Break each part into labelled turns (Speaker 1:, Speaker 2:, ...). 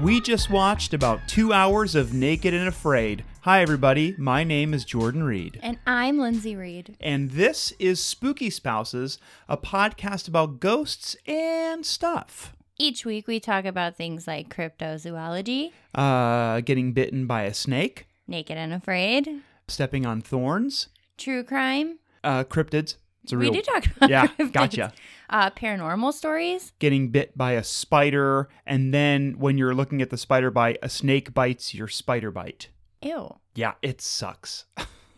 Speaker 1: We just watched about two hours of Naked and Afraid. Hi, everybody. My name is Jordan Reed.
Speaker 2: And I'm Lindsay Reed.
Speaker 1: And this is Spooky Spouses, a podcast about ghosts and stuff.
Speaker 2: Each week we talk about things like cryptozoology,
Speaker 1: Uh, getting bitten by a snake,
Speaker 2: naked and afraid,
Speaker 1: stepping on thorns,
Speaker 2: true crime.
Speaker 1: uh, cryptids. It's a real.
Speaker 2: we do talk about
Speaker 1: Yeah,
Speaker 2: cryptids.
Speaker 1: gotcha.
Speaker 2: Uh, paranormal stories.
Speaker 1: Getting bit by a spider, and then when you're looking at the spider bite, a snake bites your spider bite.
Speaker 2: Ew.
Speaker 1: Yeah, it sucks.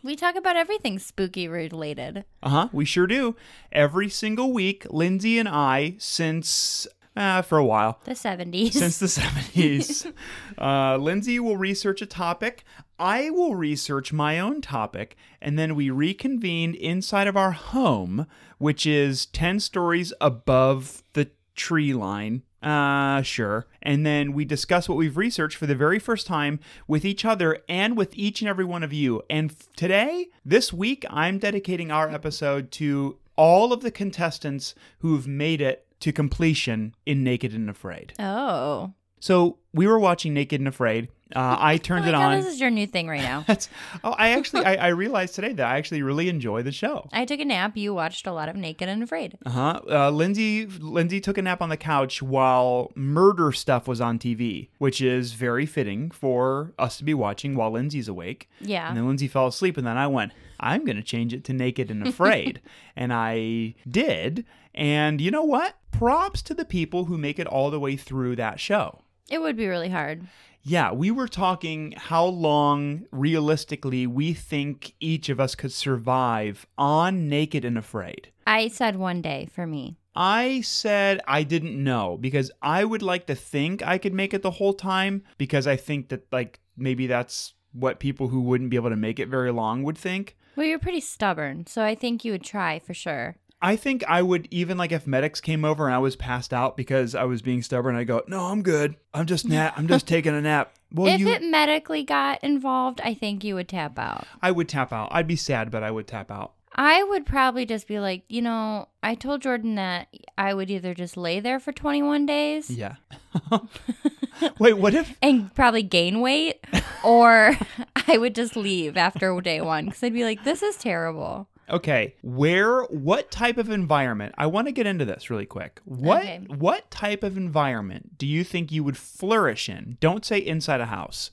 Speaker 2: We talk about everything spooky related.
Speaker 1: Uh huh. We sure do. Every single week, Lindsay and I, since uh, for a while,
Speaker 2: The 70s.
Speaker 1: since the 70s, uh, Lindsay will research a topic. I will research my own topic. And then we reconvene inside of our home, which is 10 stories above the tree line. Uh, sure. And then we discuss what we've researched for the very first time with each other and with each and every one of you. And f- today, this week, I'm dedicating our episode to all of the contestants who've made it to completion in Naked and Afraid.
Speaker 2: oh.
Speaker 1: So we were watching Naked and Afraid. Uh, I
Speaker 2: Oh
Speaker 1: turned
Speaker 2: my
Speaker 1: it
Speaker 2: God,
Speaker 1: on.
Speaker 2: this is your new thing right now.
Speaker 1: That's oh, I actually I, I realized today that I actually really enjoy the show.
Speaker 2: I took a nap. You watched a lot of Naked and Afraid.
Speaker 1: Uh-huh. Uh Lindsay Lindsay took a nap on the couch while murder stuff was on TV, which is very fitting for us to be watching while Lindsay's awake.
Speaker 2: Yeah.
Speaker 1: And then Lindsay fell asleep, and then I went, I'm going to change it to Naked and Afraid. and I did. And you know what? Props to the people who make it all the way through that show.
Speaker 2: It would be really hard.
Speaker 1: Yeah, we were talking how long realistically we think each of us could survive on Naked and Afraid.
Speaker 2: I said one day for me.
Speaker 1: I said I didn't know because I would like to think I could make it the whole time because I think that, like, maybe that's what people who wouldn't be able to make it very long would think.
Speaker 2: Well, you're pretty stubborn, so I think you would try for sure.
Speaker 1: I think I would even like if medics came over and I was passed out because I was being stubborn. I go, no, I'm good. I'm just nap. I'm just taking a nap. Well,
Speaker 2: if
Speaker 1: you,
Speaker 2: it medically got involved, I think you would tap out.
Speaker 1: I would tap out. I'd be sad, but I would tap out.
Speaker 2: I would probably just be like, you know, I told Jordan that I would either just lay there for 21 days
Speaker 1: Yeah. Wait, what if
Speaker 2: and probably gain weight, or I would just leave after day one because I'd be like, this is terrible.
Speaker 1: okay, where what type of environment? I want to get into this really quick. What
Speaker 2: Okay.
Speaker 1: what type of environment do you think you would flourish in? Don't say inside a house.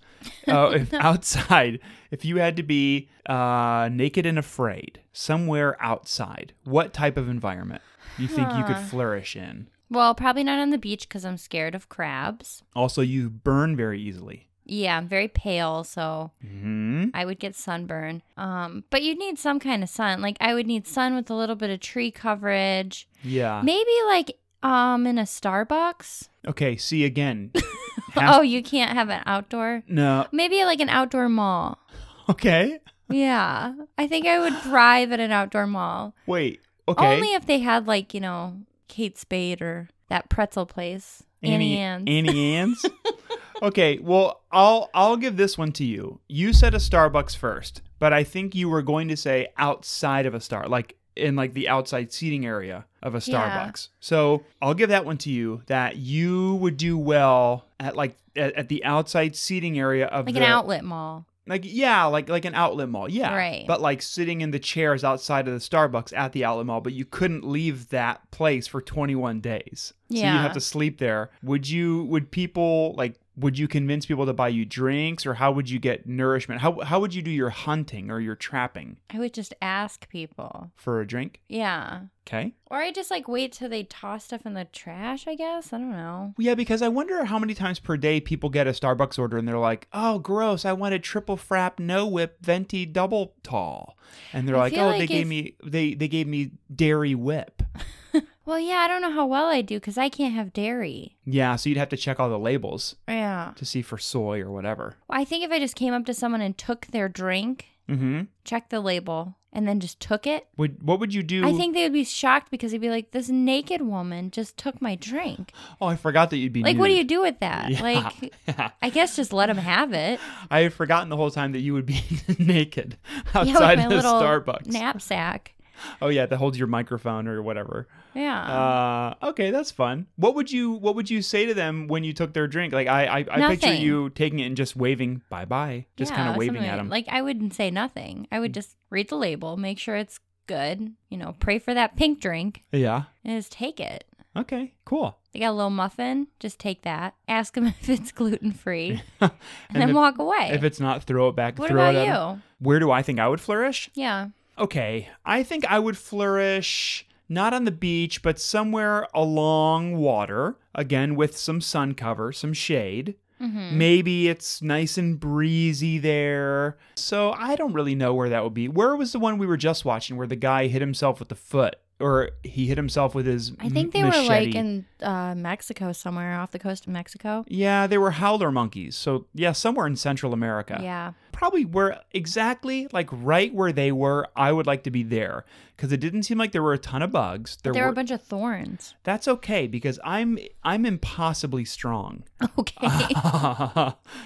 Speaker 1: Uh, if outside, if you had to be uh, naked and afraid, somewhere outside, what type of environment do you think you could flourish in?
Speaker 2: Well, probably not on the beach because I'm scared of crabs.
Speaker 1: Also, you burn very easily.
Speaker 2: Yeah, I'm very pale, so
Speaker 1: hmm
Speaker 2: I would get sunburn. Um, but you'd need some kind of sun. Like I would need sun with a little bit of tree coverage.
Speaker 1: Yeah.
Speaker 2: Maybe like um in a Starbucks.
Speaker 1: Okay. See again. Half-
Speaker 2: Oh, you can't have an outdoor.
Speaker 1: no.
Speaker 2: Maybe like an outdoor mall.
Speaker 1: Okay.
Speaker 2: Yeah. I think I would thrive at an outdoor mall.
Speaker 1: Wait. Okay.
Speaker 2: Only if they had like, you know, Kate Spade or that pretzel place. Annie, Ann's.
Speaker 1: Annie Ann's. okay, well, I'll I'll give this one to you. You said a Starbucks first, but I think you were going to say outside of a star, like in like the outside seating area of a Starbucks.
Speaker 2: Yeah.
Speaker 1: So I'll give that one to you that you would do well at like at, at the outside seating area of
Speaker 2: like
Speaker 1: the
Speaker 2: an outlet mall.
Speaker 1: like yeah like like an outlet mall yeah
Speaker 2: Right.
Speaker 1: but like sitting in the chairs outside of the starbucks at the outlet mall but you couldn't leave that place for 21 days so
Speaker 2: Yeah.
Speaker 1: you have to sleep there would you would people like would you convince people to buy you drinks or how would you get nourishment how, how would you do your hunting or your trapping
Speaker 2: I would just ask people.
Speaker 1: for a drink
Speaker 2: Yeah.
Speaker 1: okay
Speaker 2: Or I just like wait till they toss stuff in the trash, I guess. I don't know.
Speaker 1: Well, yeah because i wonder how many times per day people get a starbucks order and they're like oh gross i wanted triple frap no whip venti double tall and they're
Speaker 2: I
Speaker 1: like
Speaker 2: feel
Speaker 1: oh
Speaker 2: like
Speaker 1: they gave
Speaker 2: if-
Speaker 1: me they they gave me dairy whip
Speaker 2: Well, yeah, I don't know how well I do because I can't have dairy.
Speaker 1: Yeah, so you'd have to check all the labels
Speaker 2: Yeah.
Speaker 1: to see for soy or whatever.
Speaker 2: Well, I think if I just came up to someone and took their drink,
Speaker 1: Mm-hmm.
Speaker 2: checked the label, and then just took it,
Speaker 1: Would what would you do?
Speaker 2: I think they would be shocked because they'd be like, "This naked woman just took my drink."
Speaker 1: Oh, I forgot that you'd be
Speaker 2: Like, what do you
Speaker 1: nude.
Speaker 2: do with that?
Speaker 1: Yeah.
Speaker 2: Like,
Speaker 1: Yeah.
Speaker 2: I guess just let them have it.
Speaker 1: I had forgotten the whole time that you would be naked
Speaker 2: yeah,
Speaker 1: outside
Speaker 2: with my
Speaker 1: the
Speaker 2: little
Speaker 1: Starbucks.
Speaker 2: knapsack.
Speaker 1: Oh yeah, that holds your microphone or whatever.
Speaker 2: Yeah.
Speaker 1: Uh, okay, that's fun. What would you What would you say to them when you took their drink? Like I I, I picture
Speaker 2: Nothing.
Speaker 1: you taking it and just waving bye bye, just
Speaker 2: Yeah,
Speaker 1: kind of waving
Speaker 2: something
Speaker 1: at Mm.
Speaker 2: like-
Speaker 1: them.
Speaker 2: Like I wouldn't say nothing. I would just read the label, make sure it's good, you know, pray for that pink drink
Speaker 1: yeah.
Speaker 2: and just take it.
Speaker 1: Okay. Cool.
Speaker 2: They got a little muffin, just take that. Ask them if it's gluten free
Speaker 1: and
Speaker 2: and, then
Speaker 1: if,
Speaker 2: walk away.
Speaker 1: if it's not, throw it back.
Speaker 2: what
Speaker 1: throw
Speaker 2: about
Speaker 1: it at 'em.
Speaker 2: you?
Speaker 1: Where do I think I would flourish?
Speaker 2: Yeah.
Speaker 1: Okay, I think I would flourish not on the beach, but somewhere along water, again with some sun cover, some shade.
Speaker 2: Mm-hmm.
Speaker 1: Maybe it's nice and breezy there. So I don't really know where that would be. Where was the one we were just watching where the guy hit himself with the foot or he hit himself with his
Speaker 2: I think they
Speaker 1: m-
Speaker 2: were like
Speaker 1: machete?
Speaker 2: in uh, Mexico somewhere off the coast of Mexico.
Speaker 1: Yeah, they were howler monkeys. So yeah, somewhere in Central America.
Speaker 2: Yeah.
Speaker 1: probably were exactly like right where they were. I would like to be there because it didn't seem like there were a ton of bugs. There,
Speaker 2: There, were
Speaker 1: were.
Speaker 2: a bunch of thorns.
Speaker 1: That's okay because I'm I'm impossibly strong.
Speaker 2: Okay.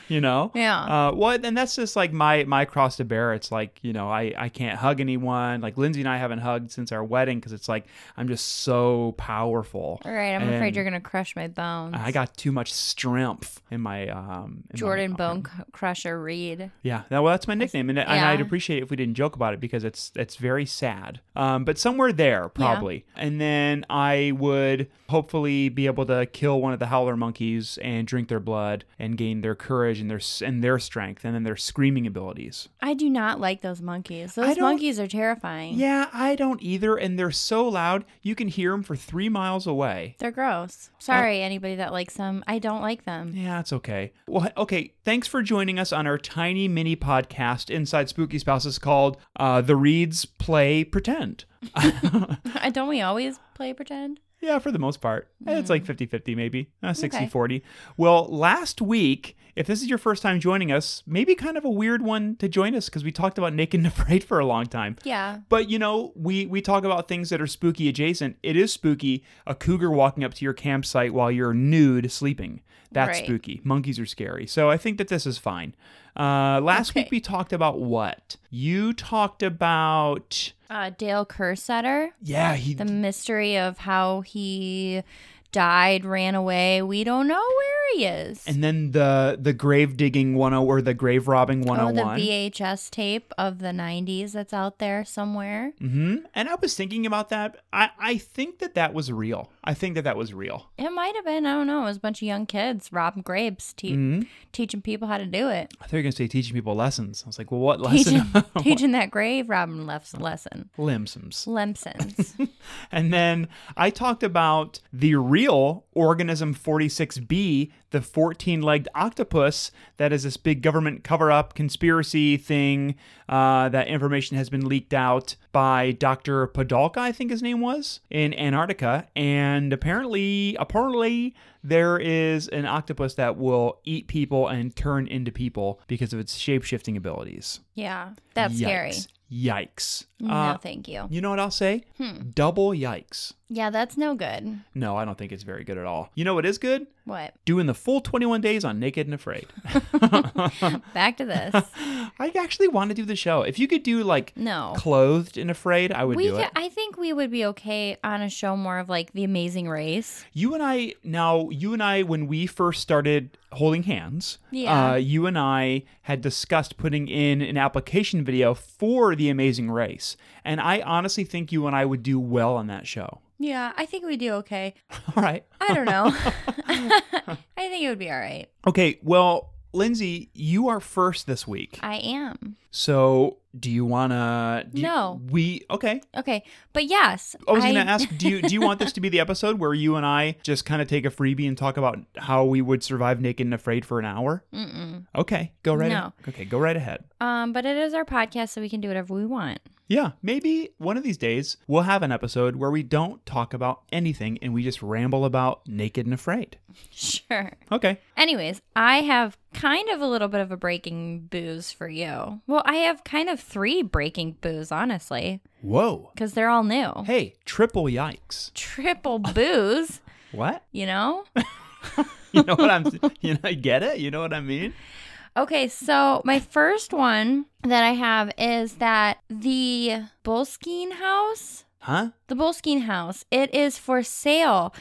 Speaker 1: you know.
Speaker 2: Yeah.
Speaker 1: Uh, well, and that's just like my my cross to bear. It's like you know I I can't hug anyone. Like Lindsay and I haven't hugged since our wedding because it's like I'm just so powerful.
Speaker 2: All right. I'm afraid
Speaker 1: And-
Speaker 2: you're gonna crush my bones.
Speaker 1: I got too much strength in my um in my
Speaker 2: Jordan Bone C- Crusher Reed.
Speaker 1: Yeah, that, well, that's my nickname, and, and
Speaker 2: yeah.
Speaker 1: I'd appreciate it if we didn't joke about it because it's it's very sad. Um, but somewhere there, probably, and then I would hopefully be able to kill one of the howler monkeys and drink their blood and gain their courage and their s- and their strength and then their screaming abilities.
Speaker 2: I do not like those monkeys.
Speaker 1: I
Speaker 2: Those
Speaker 1: don't-
Speaker 2: monkeys are terrifying.
Speaker 1: Yeah, I don't either, and they're so loud you can hear them for three miles away.
Speaker 2: They're gross. Sorry, anybody that likes them. I don't like them.
Speaker 1: Yeah, it's okay. Well, okay. Thanks for joining us on our tiny mini podcast inside Spooky Spouses called uh, "The Reeds Play Pretend."
Speaker 2: don't we always play pretend?
Speaker 1: Yeah, for the most part. Eh, It's
Speaker 2: Mm.
Speaker 1: like 50 50, maybe 60 40. Well, last week, if this is your first time joining us, maybe kind of a weird one to join us because we talked about Naked and Afraid for a long time.
Speaker 2: Yeah.
Speaker 1: But you know, we we talk about things that are spooky adjacent. It is spooky a cougar walking up to your campsite while you're nude sleeping. That's
Speaker 2: Right.
Speaker 1: spooky. Monkeys are scary. So I think that this is fine. Uh, last week
Speaker 2: Okay.
Speaker 1: we talked about what? You talked about
Speaker 2: Uh, Dale Kersetter,
Speaker 1: yeah, he
Speaker 2: the mystery of how he died, ran away. We don't know where he is.
Speaker 1: And then the the grave digging 10 or the grave robbing
Speaker 2: Oh, the
Speaker 1: 101.
Speaker 2: VHS tape of the 90s that's out there somewhere.
Speaker 1: hmm And I was thinking about that. I, I think that that was real. I think that that was real.
Speaker 2: It might have been, I don't know, it was a bunch of young kids robbing grapes, te-
Speaker 1: Mm-hmm.
Speaker 2: teaching people how to do it.
Speaker 1: I thought you were going to say teaching people lessons. I was like, well, what lesson?
Speaker 2: Teaching, teaching that grave robbing lef- lesson.
Speaker 1: Limsums.
Speaker 2: Lemsons.
Speaker 1: And then I talked about the real organism 46B, the 14 legged octopus that is this big government cover up conspiracy thing. Uh, that information has been leaked out by Dr. Podolka, I think his name was, in Antarctica. And apparently, apparently, there is an octopus that will eat people and turn into people because of its shape shifting abilities.
Speaker 2: yeah, that's scary.
Speaker 1: Yikes. Yikes.
Speaker 2: No, Hmm.
Speaker 1: Uh,
Speaker 2: thank you.
Speaker 1: you know what I'll say? Double yikes.
Speaker 2: Yeah, that's no good.
Speaker 1: No, I don't think it's very good at all. You know what is good?
Speaker 2: What?
Speaker 1: Doing the full 21 days on Naked and Afraid.
Speaker 2: Back to this.
Speaker 1: I actually want to do the show. If you could do like
Speaker 2: No.
Speaker 1: clothed and afraid, I would
Speaker 2: We
Speaker 1: do
Speaker 2: could,
Speaker 1: it.
Speaker 2: I think we would be okay on a show more of like The Amazing Race.
Speaker 1: You and I now, you and I, when we first started holding hands,
Speaker 2: Yeah.
Speaker 1: uh, you and I had discussed putting in an application video for The Amazing Race. And I honestly think you and I would do well on that show.
Speaker 2: Yeah, I think we do okay.
Speaker 1: All right.
Speaker 2: I don't know. I think it would be all right.
Speaker 1: Okay. Well, Lindsay, you are first this week.
Speaker 2: I am.
Speaker 1: So, do you want to?
Speaker 2: No.
Speaker 1: we okay.
Speaker 2: Okay. But yes.
Speaker 1: I was going to ask do you do you want this to be the episode where you and I just kind of take a freebie and talk about how we would survive naked and afraid for an hour?
Speaker 2: Mm-mm.
Speaker 1: Okay, go right.
Speaker 2: No.
Speaker 1: Okay, go right ahead.
Speaker 2: Um, but it is our podcast, so we can do whatever we want.
Speaker 1: Yeah, maybe one of these days we'll have an episode where we don't talk about anything and we just ramble about naked and afraid.
Speaker 2: Sure.
Speaker 1: Okay.
Speaker 2: Anyways, I have kind of a little bit of a breaking booze for you. Well, I have kind of three breaking booze, honestly,
Speaker 1: Whoa.
Speaker 2: because they're all new.
Speaker 1: Hey, triple yikes.
Speaker 2: Triple booze,
Speaker 1: What?
Speaker 2: you know?
Speaker 1: You know what I'm you know I get it? You know what I mean?
Speaker 2: Okay, so my first one that I have is that the Boleskine house,
Speaker 1: Huh?
Speaker 2: the Boleskine house, it is for sale.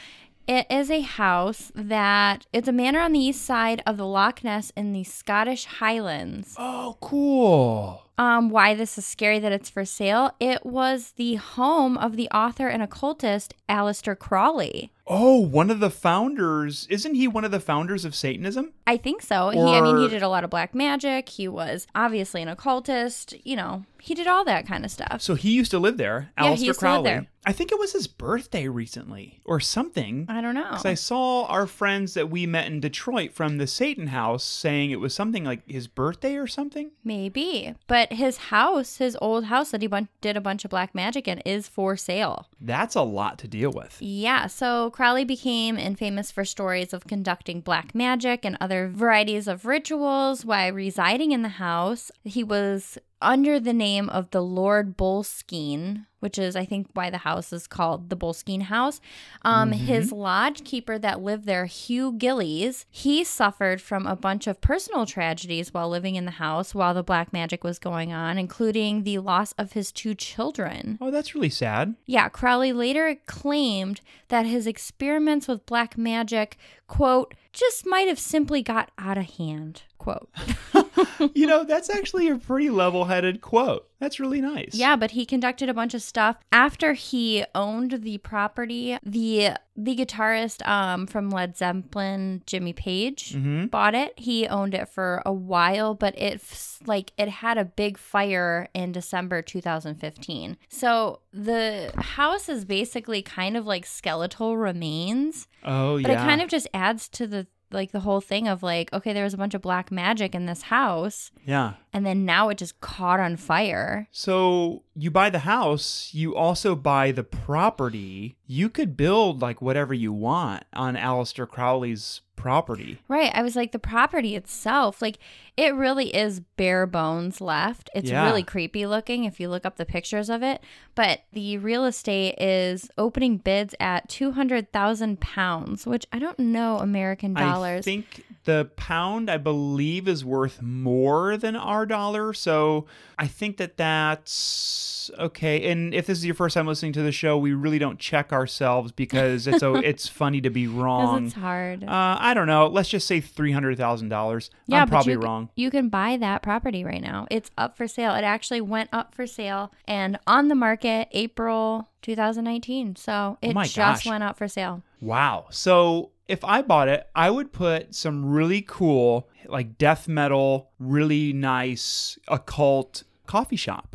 Speaker 2: It is a house that it's a manor on the east side of the Loch Ness in the Scottish Highlands.
Speaker 1: Oh, cool.
Speaker 2: Um, why this is scary that it's for sale? It was the home of the author and occultist Aleister Crowley.
Speaker 1: Oh, one of the founders. Isn't he one of the founders of Satanism?
Speaker 2: I think so. he, I mean, he
Speaker 1: Or-
Speaker 2: did a lot of black magic. He was obviously an occultist. You know, he did all that kind of stuff.
Speaker 1: So he used to live there,
Speaker 2: Yeah, he
Speaker 1: Aleister
Speaker 2: used to live
Speaker 1: Crowley.
Speaker 2: there.
Speaker 1: I think it was his birthday recently or something.
Speaker 2: I don't know.
Speaker 1: Because I saw our friends that we met in Detroit from the Satan House saying it was something like his birthday or something.
Speaker 2: Maybe. But his house, his old house that he bun- did a bunch of black magic in, is for sale.
Speaker 1: That's a lot to deal with.
Speaker 2: Yeah, so Crowley became infamous for stories of conducting black magic and other varieties of rituals while residing in the house. He was under the name of the Lord Boleskine, which is, I think, why the house is called the Boleskine House. Um, His lodge keeper that lived there, Hugh Gillies, he suffered from a bunch of personal tragedies while living in the house while the black magic was going on, including the loss of his two children.
Speaker 1: Oh, that's really sad.
Speaker 2: Yeah, Crowley later claimed that his experiments with black magic, quote, just might have simply got out of hand, quote.
Speaker 1: you know, that's actually a pretty level headed quote. That's really nice.
Speaker 2: Yeah, but he conducted a bunch of stuff after he owned the property. The the guitarist um from Led Zeppelin, Jimmy Page,
Speaker 1: Mm. Mm-hmm.
Speaker 2: bought it. He owned it for a while, but it f- like it had a big fire in December 2015. So the house is basically kind of like skeletal remains.
Speaker 1: Oh,
Speaker 2: But
Speaker 1: yeah.
Speaker 2: it kind of just adds to the like the whole thing of like, okay, there was a bunch of black magic in this house,
Speaker 1: Yeah.
Speaker 2: and then now it just caught on fire.
Speaker 1: So you buy the house, you also buy the property. You could build like whatever you want on Aleister Crowley's property.
Speaker 2: Right. I was like, the property itself, like it really is bare bones left. It's
Speaker 1: Yeah.
Speaker 2: really creepy looking if you look up the pictures of it. But the real estate is opening bids at two hundred thousand pounds, which I don't know American
Speaker 1: I
Speaker 2: dollars.
Speaker 1: think the pound, I believe, is worth more than our dollar. So I think that that's okay. And if this is your first time listening to the show, we really don't check ourselves because it's oh, it's funny to be
Speaker 2: 'Cause
Speaker 1: wrong.
Speaker 2: it's hard.
Speaker 1: Uh, I don't know. Let's just say three hundred thousand dollars.
Speaker 2: Yeah,
Speaker 1: I'm
Speaker 2: but
Speaker 1: probably
Speaker 2: you, c-
Speaker 1: wrong.
Speaker 2: You can buy that property right now. It's up for sale. It actually went up for sale and on the market April 2019. So it
Speaker 1: my
Speaker 2: just
Speaker 1: gosh.
Speaker 2: went up for sale.
Speaker 1: Wow. So if I bought it, I would put some really cool, like death metal, really nice occult coffee shop.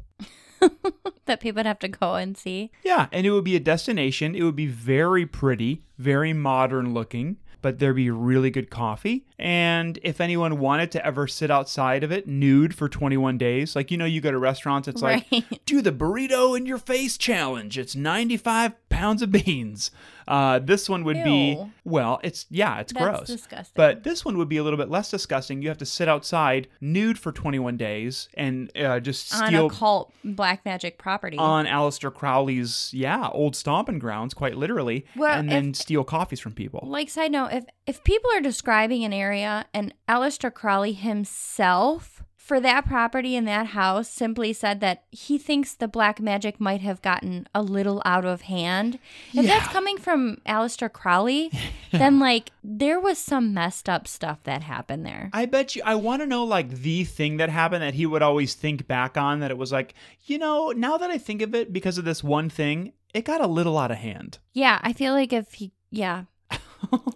Speaker 2: That people would have to go and see.
Speaker 1: Yeah, and it would be a destination. It would be very pretty, very modern looking, but there'd be really good coffee. And if anyone wanted to ever sit outside of it nude for 21 days, like you know, you go to restaurants, it's
Speaker 2: Right.
Speaker 1: like do the burrito in your face challenge. It's 95 pounds of beans. Uh, this one would be
Speaker 2: Ew.
Speaker 1: well, it's yeah, it's
Speaker 2: That's
Speaker 1: gross.
Speaker 2: disgusting.
Speaker 1: But this one would be a little bit less disgusting. You have to sit outside nude for 21 days and uh, just
Speaker 2: On
Speaker 1: steal
Speaker 2: a cult black magic property.
Speaker 1: on Aleister Crowley's, yeah, old stomping grounds, quite literally,
Speaker 2: Well,
Speaker 1: and then steal coffees from people.
Speaker 2: like side note, if if people are describing an area and Aleister Crowley himself for that property in that house simply said that he thinks the black magic might have gotten a little out of hand. If that's coming from Aleister Crowley, then like there was some messed up stuff that happened there.
Speaker 1: I bet you, I want to know like the thing that happened that he would always think back on that it was like, you know, now that I think of it, because of this one thing, it got a little out of hand.
Speaker 2: yeah, I feel like if he yeah.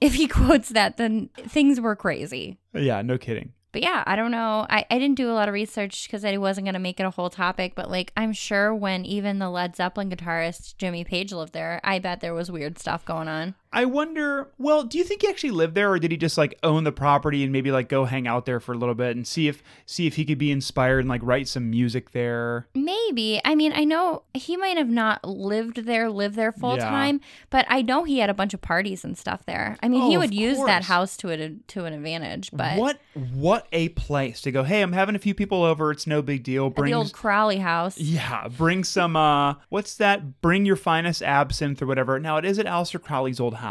Speaker 2: if he quotes that then things were crazy.
Speaker 1: Yeah, no kidding.
Speaker 2: But yeah, I don't know. I, I didn't do a lot of research because I wasn't going to make it a whole topic. But like, I'm sure when even the Led Zeppelin guitarist Jimmy Page lived there, I bet there was weird stuff going on.
Speaker 1: I wonder, well, do you think he actually lived there or did he just like own the property and maybe like go hang out there for a little bit and see if see if he could be inspired and like write some music there?
Speaker 2: Maybe. I mean, I know he might have not lived there, lived there full
Speaker 1: Yeah.
Speaker 2: time, but I know he had a bunch of parties and stuff there. I mean, he
Speaker 1: Oh,
Speaker 2: would
Speaker 1: of
Speaker 2: use that
Speaker 1: course.
Speaker 2: house to it to an advantage. But
Speaker 1: what what a place to go. Hey, I'm having a few people over. It's no big deal.
Speaker 2: the
Speaker 1: Bring
Speaker 2: old Crowley house.
Speaker 1: yeah, bring some uh what's that? Bring your finest absinthe or whatever. Now it is at Aleister Crowley's old house.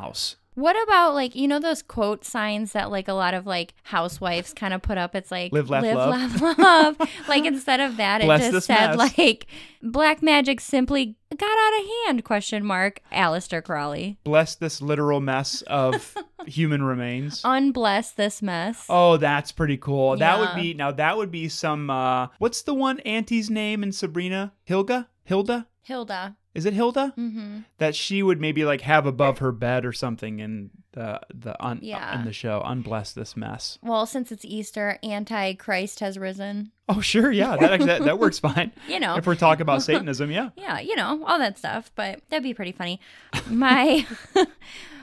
Speaker 2: What about like you know those quote signs that like a lot of like housewives kind of put up? It's like
Speaker 1: Live, laugh, love.
Speaker 2: laugh, love. like instead of that, it
Speaker 1: Bless
Speaker 2: just
Speaker 1: this
Speaker 2: said
Speaker 1: mess.
Speaker 2: like black magic simply got out of hand? Question mark. Alistair Crawley,
Speaker 1: Bless this literal mess of human remains.
Speaker 2: unbless this mess.
Speaker 1: Oh, that's pretty cool. That would
Speaker 2: Yeah.
Speaker 1: be now. That would be some. uh What's the one auntie's name in Sabrina? Hilda. Hilda.
Speaker 2: Hilda.
Speaker 1: Is it Hilda?
Speaker 2: Mm-hmm.
Speaker 1: That she would maybe like have above her bed or something in the the un, uh,
Speaker 2: Yeah.
Speaker 1: in the show. Unbless this mess.
Speaker 2: Well, since it's Easter, Antichrist has risen.
Speaker 1: Oh sure, yeah, that that, that works fine.
Speaker 2: You know.
Speaker 1: If we're talking about Satanism, yeah.
Speaker 2: yeah, you know, all that stuff, but that'd be pretty funny. My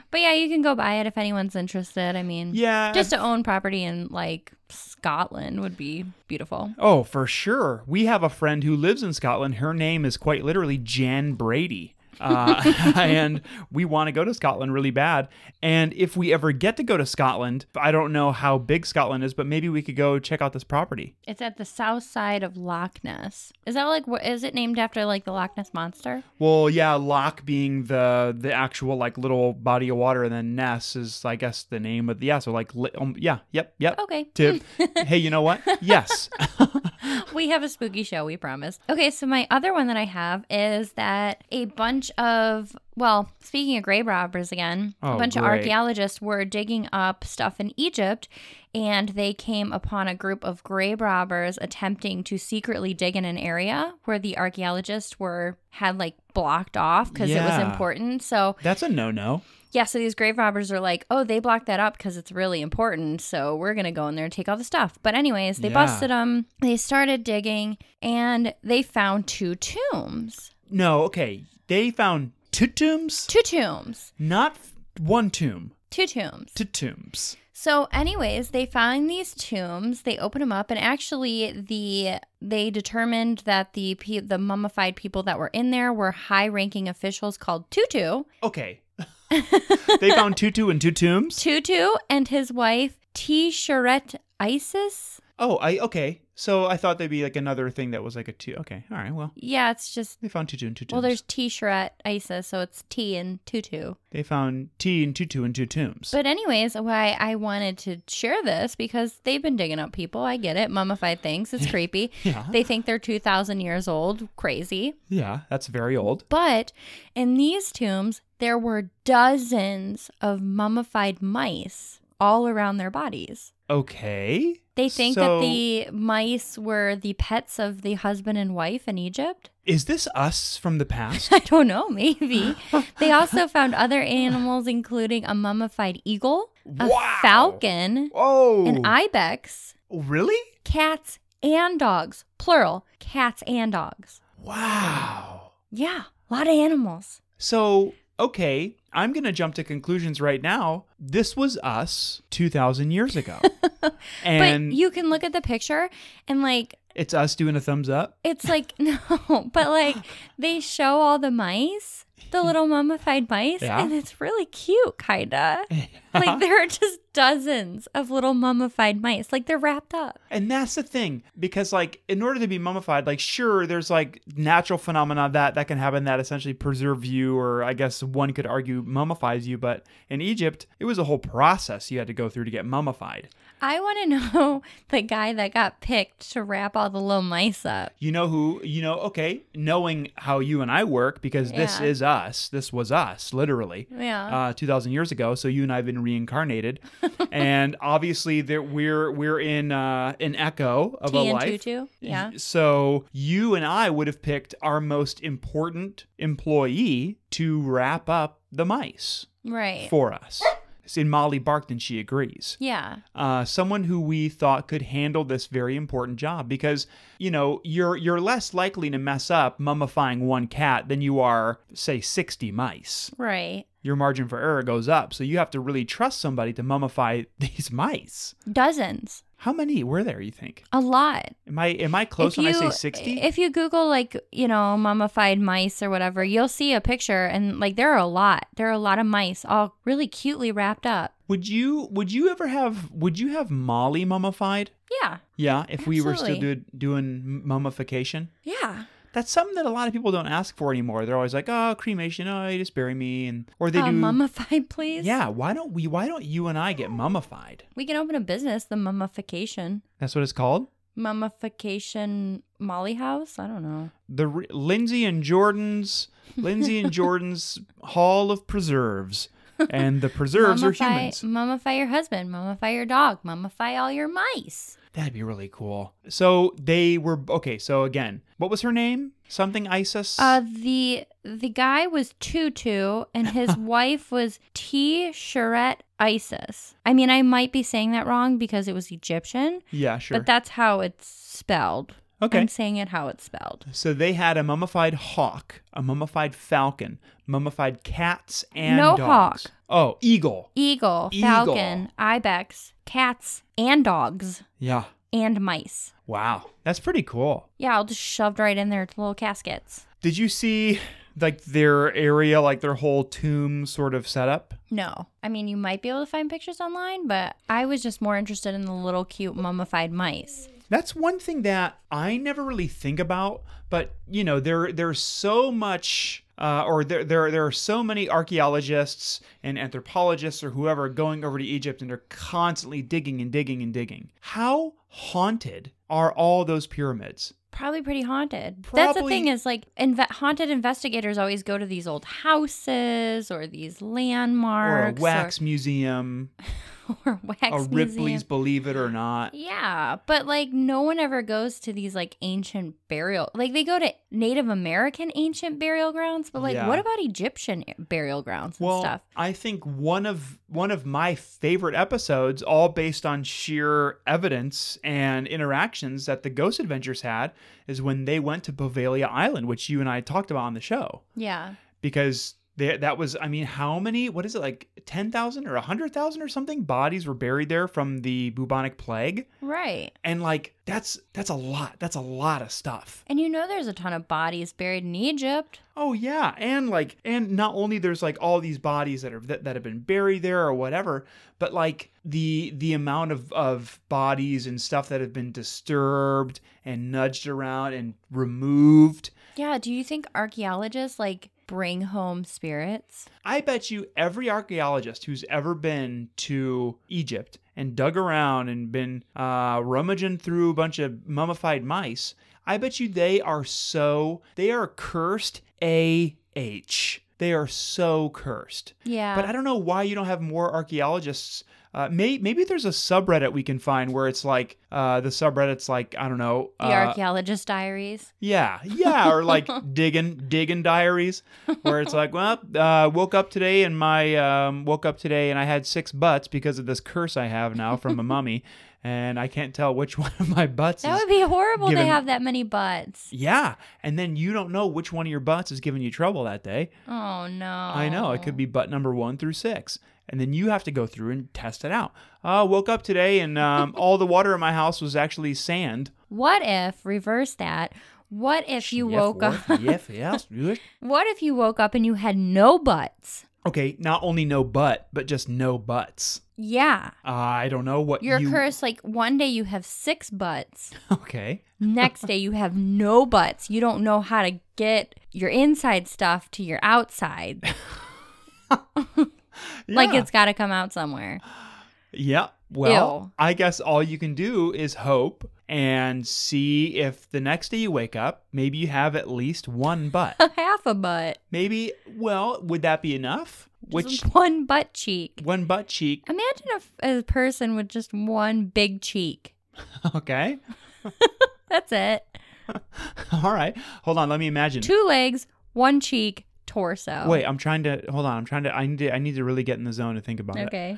Speaker 2: But yeah, you can go buy it if anyone's interested. I mean,
Speaker 1: Yeah.
Speaker 2: just to own property in like Scotland would be beautiful.
Speaker 1: Oh, for sure. We have a friend who lives in Scotland. Her name is quite literally Jan Brady. Uh, and we want to go to Scotland really bad. And if we ever get to go to Scotland, I don't know how big Scotland is, but maybe we could go check out this property.
Speaker 2: It's at the south side of Loch Ness. Is that like what is it named after like the Loch Ness monster?
Speaker 1: Well, yeah, Loch being the the actual like little body of water, and then Ness is, I guess, the name of the yeah. So like, li- um, yeah, yep, yep.
Speaker 2: Okay.
Speaker 1: Tip. hey, you know what? Yes.
Speaker 2: we have a spooky show, we promise. Okay, so my other one that I have is that a bunch of, well, speaking of grave robbers again,
Speaker 1: Oh,
Speaker 2: a bunch of
Speaker 1: great.
Speaker 2: archaeologists were digging up stuff in Egypt and they came upon a group of grave robbers attempting to secretly dig in an area where the archaeologists were had like blocked off because it was
Speaker 1: Yeah.
Speaker 2: important. So,
Speaker 1: That's a no no.
Speaker 2: yeah, so these grave robbers are like, oh, they blocked that up because it's really important. So we're going to go in there and take all the stuff. But, anyways, they
Speaker 1: Yeah.
Speaker 2: busted them. They started digging and they found two tombs.
Speaker 1: No, okay. They found two tombs.
Speaker 2: Two tombs.
Speaker 1: Not f- one tomb,
Speaker 2: Two tombs.
Speaker 1: two tombs.
Speaker 2: So, anyways, they found these tombs. They opened them up, and actually, the they determined that the pe- the mummified people that were in there were high ranking officials called Tutu,
Speaker 1: Okay. they found Tutu and two tombs.
Speaker 2: Tutu, and his wife T. Sharet Isis.
Speaker 1: Oh, I okay. So I thought there'd be like another thing that was like a two. Okay, all right. Well,
Speaker 2: Yeah, it's just
Speaker 1: they found Tutu and two tombs.
Speaker 2: Well, there's T Sharet Isis, so it's T and Tutu.
Speaker 1: they found T and Tutu and two tombs.
Speaker 2: But anyways, why I wanted to share this because they've been digging up people. I get it, mummified things. It's creepy.
Speaker 1: yeah,
Speaker 2: They think they're two thousand years old. Crazy.
Speaker 1: yeah, that's very old.
Speaker 2: But in these tombs, there were dozens of mummified mice all around their bodies.
Speaker 1: Okay.
Speaker 2: They think
Speaker 1: So,
Speaker 2: that the mice were the pets of the husband and wife in Egypt.
Speaker 1: is this us from the past?
Speaker 2: I don't know, maybe. they also found other animals, including a mummified eagle, a
Speaker 1: Wow.
Speaker 2: falcon,
Speaker 1: oh,
Speaker 2: an ibex,
Speaker 1: really?
Speaker 2: cats and dogs, plural, cats and dogs.
Speaker 1: Wow.
Speaker 2: Yeah, a lot of animals.
Speaker 1: So okay, I'm gonna jump to conclusions right now. This was us two thousand years ago, and
Speaker 2: but you can look at the picture and, like,
Speaker 1: It's us doing a thumbs up.
Speaker 2: it's like, no, but like, they show all the mice, the little mummified mice,
Speaker 1: Yeah.
Speaker 2: and it's really cute, kinda. like, there are just dozens of little mummified mice. Like, they're wrapped up.
Speaker 1: and that's the thing because like in order to be mummified, like sure there's like natural phenomena that that can happen that essentially preserve you or I guess one could argue mummifies you, but in Egypt it was a whole process you had to go through to get mummified.
Speaker 2: I want to know the guy that got picked to wrap all the little mice up.
Speaker 1: You know who, you know, okay, knowing how you and I work because this
Speaker 2: Yeah.
Speaker 1: is us. This was us literally.
Speaker 2: Yeah.
Speaker 1: uh, 2000 years ago so you and i've been reincarnated and obviously there we're we're in uh, an echo of
Speaker 2: T
Speaker 1: a
Speaker 2: and
Speaker 1: life
Speaker 2: Tutu. Yeah.
Speaker 1: so you and i would have picked our most important employee to wrap up the mice
Speaker 2: Right.
Speaker 1: for us and molly barked and she agrees
Speaker 2: yeah.
Speaker 1: uh, someone who we thought could handle this very important job because you know you're you're less likely to mess up mummifying one cat than you are say 60 mice
Speaker 2: Right.
Speaker 1: your margin for error goes up. So you have to really trust somebody to mummify these mice.
Speaker 2: Dozens.
Speaker 1: How many were there? You think?
Speaker 2: A lot.
Speaker 1: Am I am I close
Speaker 2: if
Speaker 1: when
Speaker 2: you,
Speaker 1: I say sixty?
Speaker 2: If you Google like you know mummified mice or whatever, you'll see a picture and like there are a lot. There are a lot of mice, all really cutely wrapped up.
Speaker 1: Would you would you ever have would you have Molly mummified?
Speaker 2: Yeah.
Speaker 1: Yeah, if we were still
Speaker 2: Absolutely.
Speaker 1: do, doing mummification.
Speaker 2: Yeah.
Speaker 1: That's something that a lot of people don't ask for anymore. They're always like, "Oh, cremation. Oh, you just bury me," and or they
Speaker 2: uh,
Speaker 1: do.
Speaker 2: mummified, please.
Speaker 1: yeah. Why don't we? Why don't you and I get mummified?
Speaker 2: We can open a business, the mummification.
Speaker 1: That's what it's called.
Speaker 2: Mummification Molly House? I don't know.
Speaker 1: The re- Lindsay and Jordan's Lindsay and Jordan's Hall of Preserves, and the preserves are
Speaker 2: Mummify-
Speaker 1: humans.
Speaker 2: Mummify your husband, mummify your dog, mummify all your mice.
Speaker 1: That'd be really cool. So they were okay. So again, what was her name? Something Isis.
Speaker 2: Uh the the guy was Tutu and his wife was T Sharet Isis. I mean, I might be saying that wrong because it was Egyptian,
Speaker 1: yeah, sure.
Speaker 2: but that's how it's spelled.
Speaker 1: okay.
Speaker 2: I'm saying it how it's spelled.
Speaker 1: So they had a mummified hawk, a mummified falcon, mummified cats and
Speaker 2: No
Speaker 1: dogs.
Speaker 2: hawk.
Speaker 1: Oh, eagle.
Speaker 2: Eagle,
Speaker 1: Eagle.
Speaker 2: falcon, ibex, cats, and dogs
Speaker 1: Yeah.
Speaker 2: and mice.
Speaker 1: Wow. That's pretty cool.
Speaker 2: Yeah, all just shoved right in their little caskets.
Speaker 1: Did you see like their area, like their whole tomb sort of setup?
Speaker 2: No. I mean, you might be able to find pictures online, but I was just more interested in the little cute mummified mice.
Speaker 1: That's one thing that I never really think about, but you know, there there's so much uh, or there, there there are so many archaeologists and anthropologists or whoever going over to Egypt and they're constantly digging and digging and digging. How haunted are all those pyramids?
Speaker 2: Probably pretty haunted. That's the
Speaker 1: Probably-
Speaker 2: thing is like inve- haunted investigators always go to these old houses or these
Speaker 1: Or a
Speaker 2: landmarks
Speaker 1: wax museum,
Speaker 2: or, or wax
Speaker 1: a Ripley's
Speaker 2: museum.
Speaker 1: Believe It or Not.
Speaker 2: Yeah, but like no one ever goes to these like ancient burial. Like they go to Native American ancient burial grounds, but like
Speaker 1: Yeah.
Speaker 2: what about Egyptian burial grounds and
Speaker 1: Well,
Speaker 2: stuff?
Speaker 1: I think one of one of my favorite episodes, all based on sheer evidence and interactions that the Ghost Adventures had, is when they went to Bovalia Island, which you and I talked about on the show.
Speaker 2: Yeah.
Speaker 1: Because they, that was, I mean, how many? What is it like, ten thousand or hundred thousand or something bodies were buried there from the bubonic plague,
Speaker 2: Right.
Speaker 1: and like that's that's a lot. That's a lot of stuff.
Speaker 2: And you know there's a ton of bodies buried in Egypt.
Speaker 1: Oh yeah, and like, and not only there's like all these bodies that are that, that have been buried there or whatever, but like the the amount of of bodies and stuff that have been disturbed and nudged around and removed.
Speaker 2: Yeah, do you think archaeologists like bring home spirits?
Speaker 1: I bet you every archaeologist who's ever been to Egypt and dug around and been uh, rummaging through a bunch of mummified mice, I bet you they are so they are cursed. A H. They are so cursed.
Speaker 2: Yeah.
Speaker 1: But I don't know why you don't have more archaeologists. Uh, may, maybe there's a subreddit we can find where it's like uh, the subreddit's like I don't know.
Speaker 2: the
Speaker 1: uh,
Speaker 2: archaeologist diaries.
Speaker 1: yeah, yeah, or like digging digging diaries, where it's like, well, uh, woke up today and my um, woke up today and I had six butts because of this curse I have now from a mummy, and I can't tell which one of my butts.
Speaker 2: That
Speaker 1: is
Speaker 2: would be horrible
Speaker 1: given-
Speaker 2: to have that many butts.
Speaker 1: yeah, and then you don't know which one of your butts is giving you trouble that day.
Speaker 2: Oh no.
Speaker 1: I know. It could
Speaker 2: Oh.
Speaker 1: be butt number one through six. And then you have to go through and test it out. Uh, woke up today and um, all the water in my house was actually sand.
Speaker 2: What if reverse that? What if you woke up
Speaker 1: Yes, yes, yes.
Speaker 2: What if you woke up and you had no butts?
Speaker 1: Okay, not only no butt, but just no butts.
Speaker 2: Yeah.
Speaker 1: I don't know what
Speaker 2: You're
Speaker 1: you.
Speaker 2: cursed like one day you have six butts,
Speaker 1: Okay.
Speaker 2: next day you have no butts. You don't know how to get your inside stuff to your outside. Like
Speaker 1: Yeah.
Speaker 2: it's got to come out somewhere.
Speaker 1: Yeah. Well,
Speaker 2: Ew.
Speaker 1: I guess all you can do is hope and see if the next day you wake up, maybe you have at least one butt.
Speaker 2: Half a butt.
Speaker 1: maybe. Well, would that be enough? Which
Speaker 2: Just one butt cheek.
Speaker 1: one butt cheek?
Speaker 2: Imagine if a person with just one big cheek.
Speaker 1: Okay.
Speaker 2: That's it.
Speaker 1: All right. Hold on. Let me imagine.
Speaker 2: Two legs, one cheek, torso.
Speaker 1: Wait, I'm trying to hold on. I'm trying to. I need. To, I need to really get in the zone to think about it.
Speaker 2: Okay.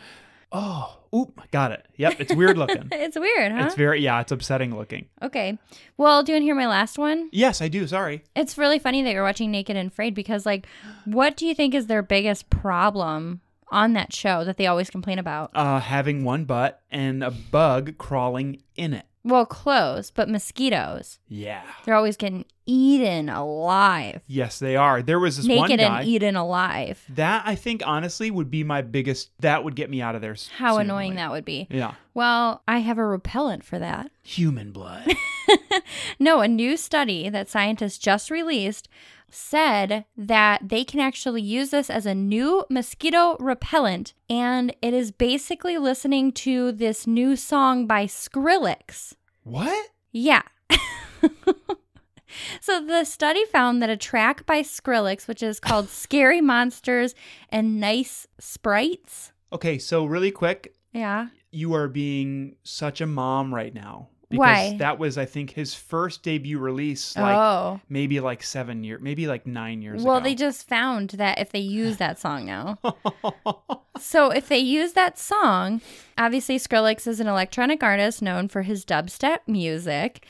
Speaker 1: Oh, oop, got it. Yep, it's weird looking.
Speaker 2: It's weird, huh?
Speaker 1: It's very yeah. It's upsetting looking.
Speaker 2: okay. Well, do you want to hear my last one?
Speaker 1: Yes, I do. Sorry.
Speaker 2: It's really funny that you're watching Naked and Afraid because, like, what do you think is their biggest problem on that show that they always complain about?
Speaker 1: Uh, having one butt and a bug crawling in it.
Speaker 2: Well, clothes, but mosquitoes.
Speaker 1: Yeah.
Speaker 2: They're always getting eaten alive,
Speaker 1: Yes, they are. There was this one
Speaker 2: naked
Speaker 1: guy
Speaker 2: and e-, eaten alive.
Speaker 1: that I think honestly would be my biggest. That would get me out of there. s-
Speaker 2: How
Speaker 1: sooner or
Speaker 2: annoying
Speaker 1: later.
Speaker 2: that would be.
Speaker 1: Yeah.
Speaker 2: Well, I have a repellent for that.
Speaker 1: Human blood.
Speaker 2: no, a new study that scientists just released said that they can actually use this as a new mosquito repellent. And it is basically listening to this new song by Skrillex.
Speaker 1: What?
Speaker 2: Yeah. so the study found that a track by Skrillex, which is called Scary Monsters and Nice Sprites.
Speaker 1: Okay, so really quick,
Speaker 2: Yeah.
Speaker 1: you are being such a mom right now. Because
Speaker 2: Why?
Speaker 1: that was, I think, his first debut release, like
Speaker 2: oh.
Speaker 1: maybe like seven years, maybe like nine years
Speaker 2: Well,
Speaker 1: ago.
Speaker 2: they just found that if they use that song now. so if they use that song, obviously Skrillex is an electronic artist known for his dubstep music.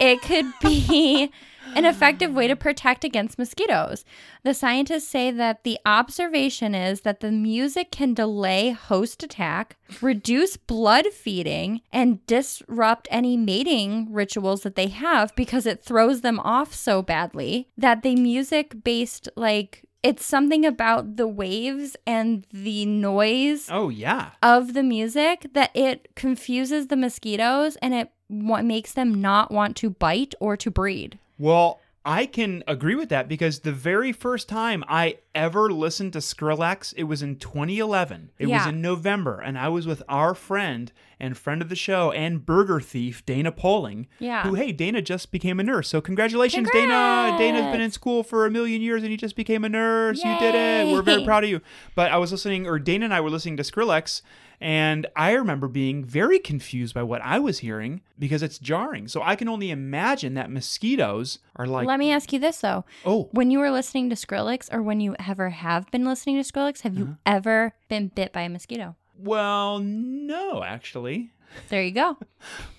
Speaker 2: It could be an effective way to protect against mosquitoes. The scientists say that the observation is that the music can delay host attack, reduce blood feeding, and disrupt any mating rituals that they have because it throws them off so badly that the music based, like, it's something about the waves and the noise
Speaker 1: oh, yeah.
Speaker 2: of the music that it confuses the mosquitoes and it wa- makes them not want to bite or to breed.
Speaker 1: Well, I can agree with that because the very first time I ever listened to Skrillex, it was in 2011. It was
Speaker 2: Yeah.
Speaker 1: in November, and I was with our friend and friend of the show and burger thief, Dana Poling.
Speaker 2: Yeah.
Speaker 1: Who, hey, Dana just became a nurse. So, congratulations, Dana. Dana's been in school for a million years and you just became a nurse. You did it. We're very
Speaker 2: Yay.
Speaker 1: proud of you. But I was listening, or Dana and I were listening to Skrillex, and I remember being very confused by what I was hearing because it's jarring. So I can only imagine that mosquitoes are like,
Speaker 2: Let me ask you this though.
Speaker 1: oh,
Speaker 2: When you were listening to Skrillex, or when you ever have been listening to Skrillex, have
Speaker 1: Uh-huh.
Speaker 2: you ever been bit by a mosquito?
Speaker 1: well, no, actually.
Speaker 2: There you go.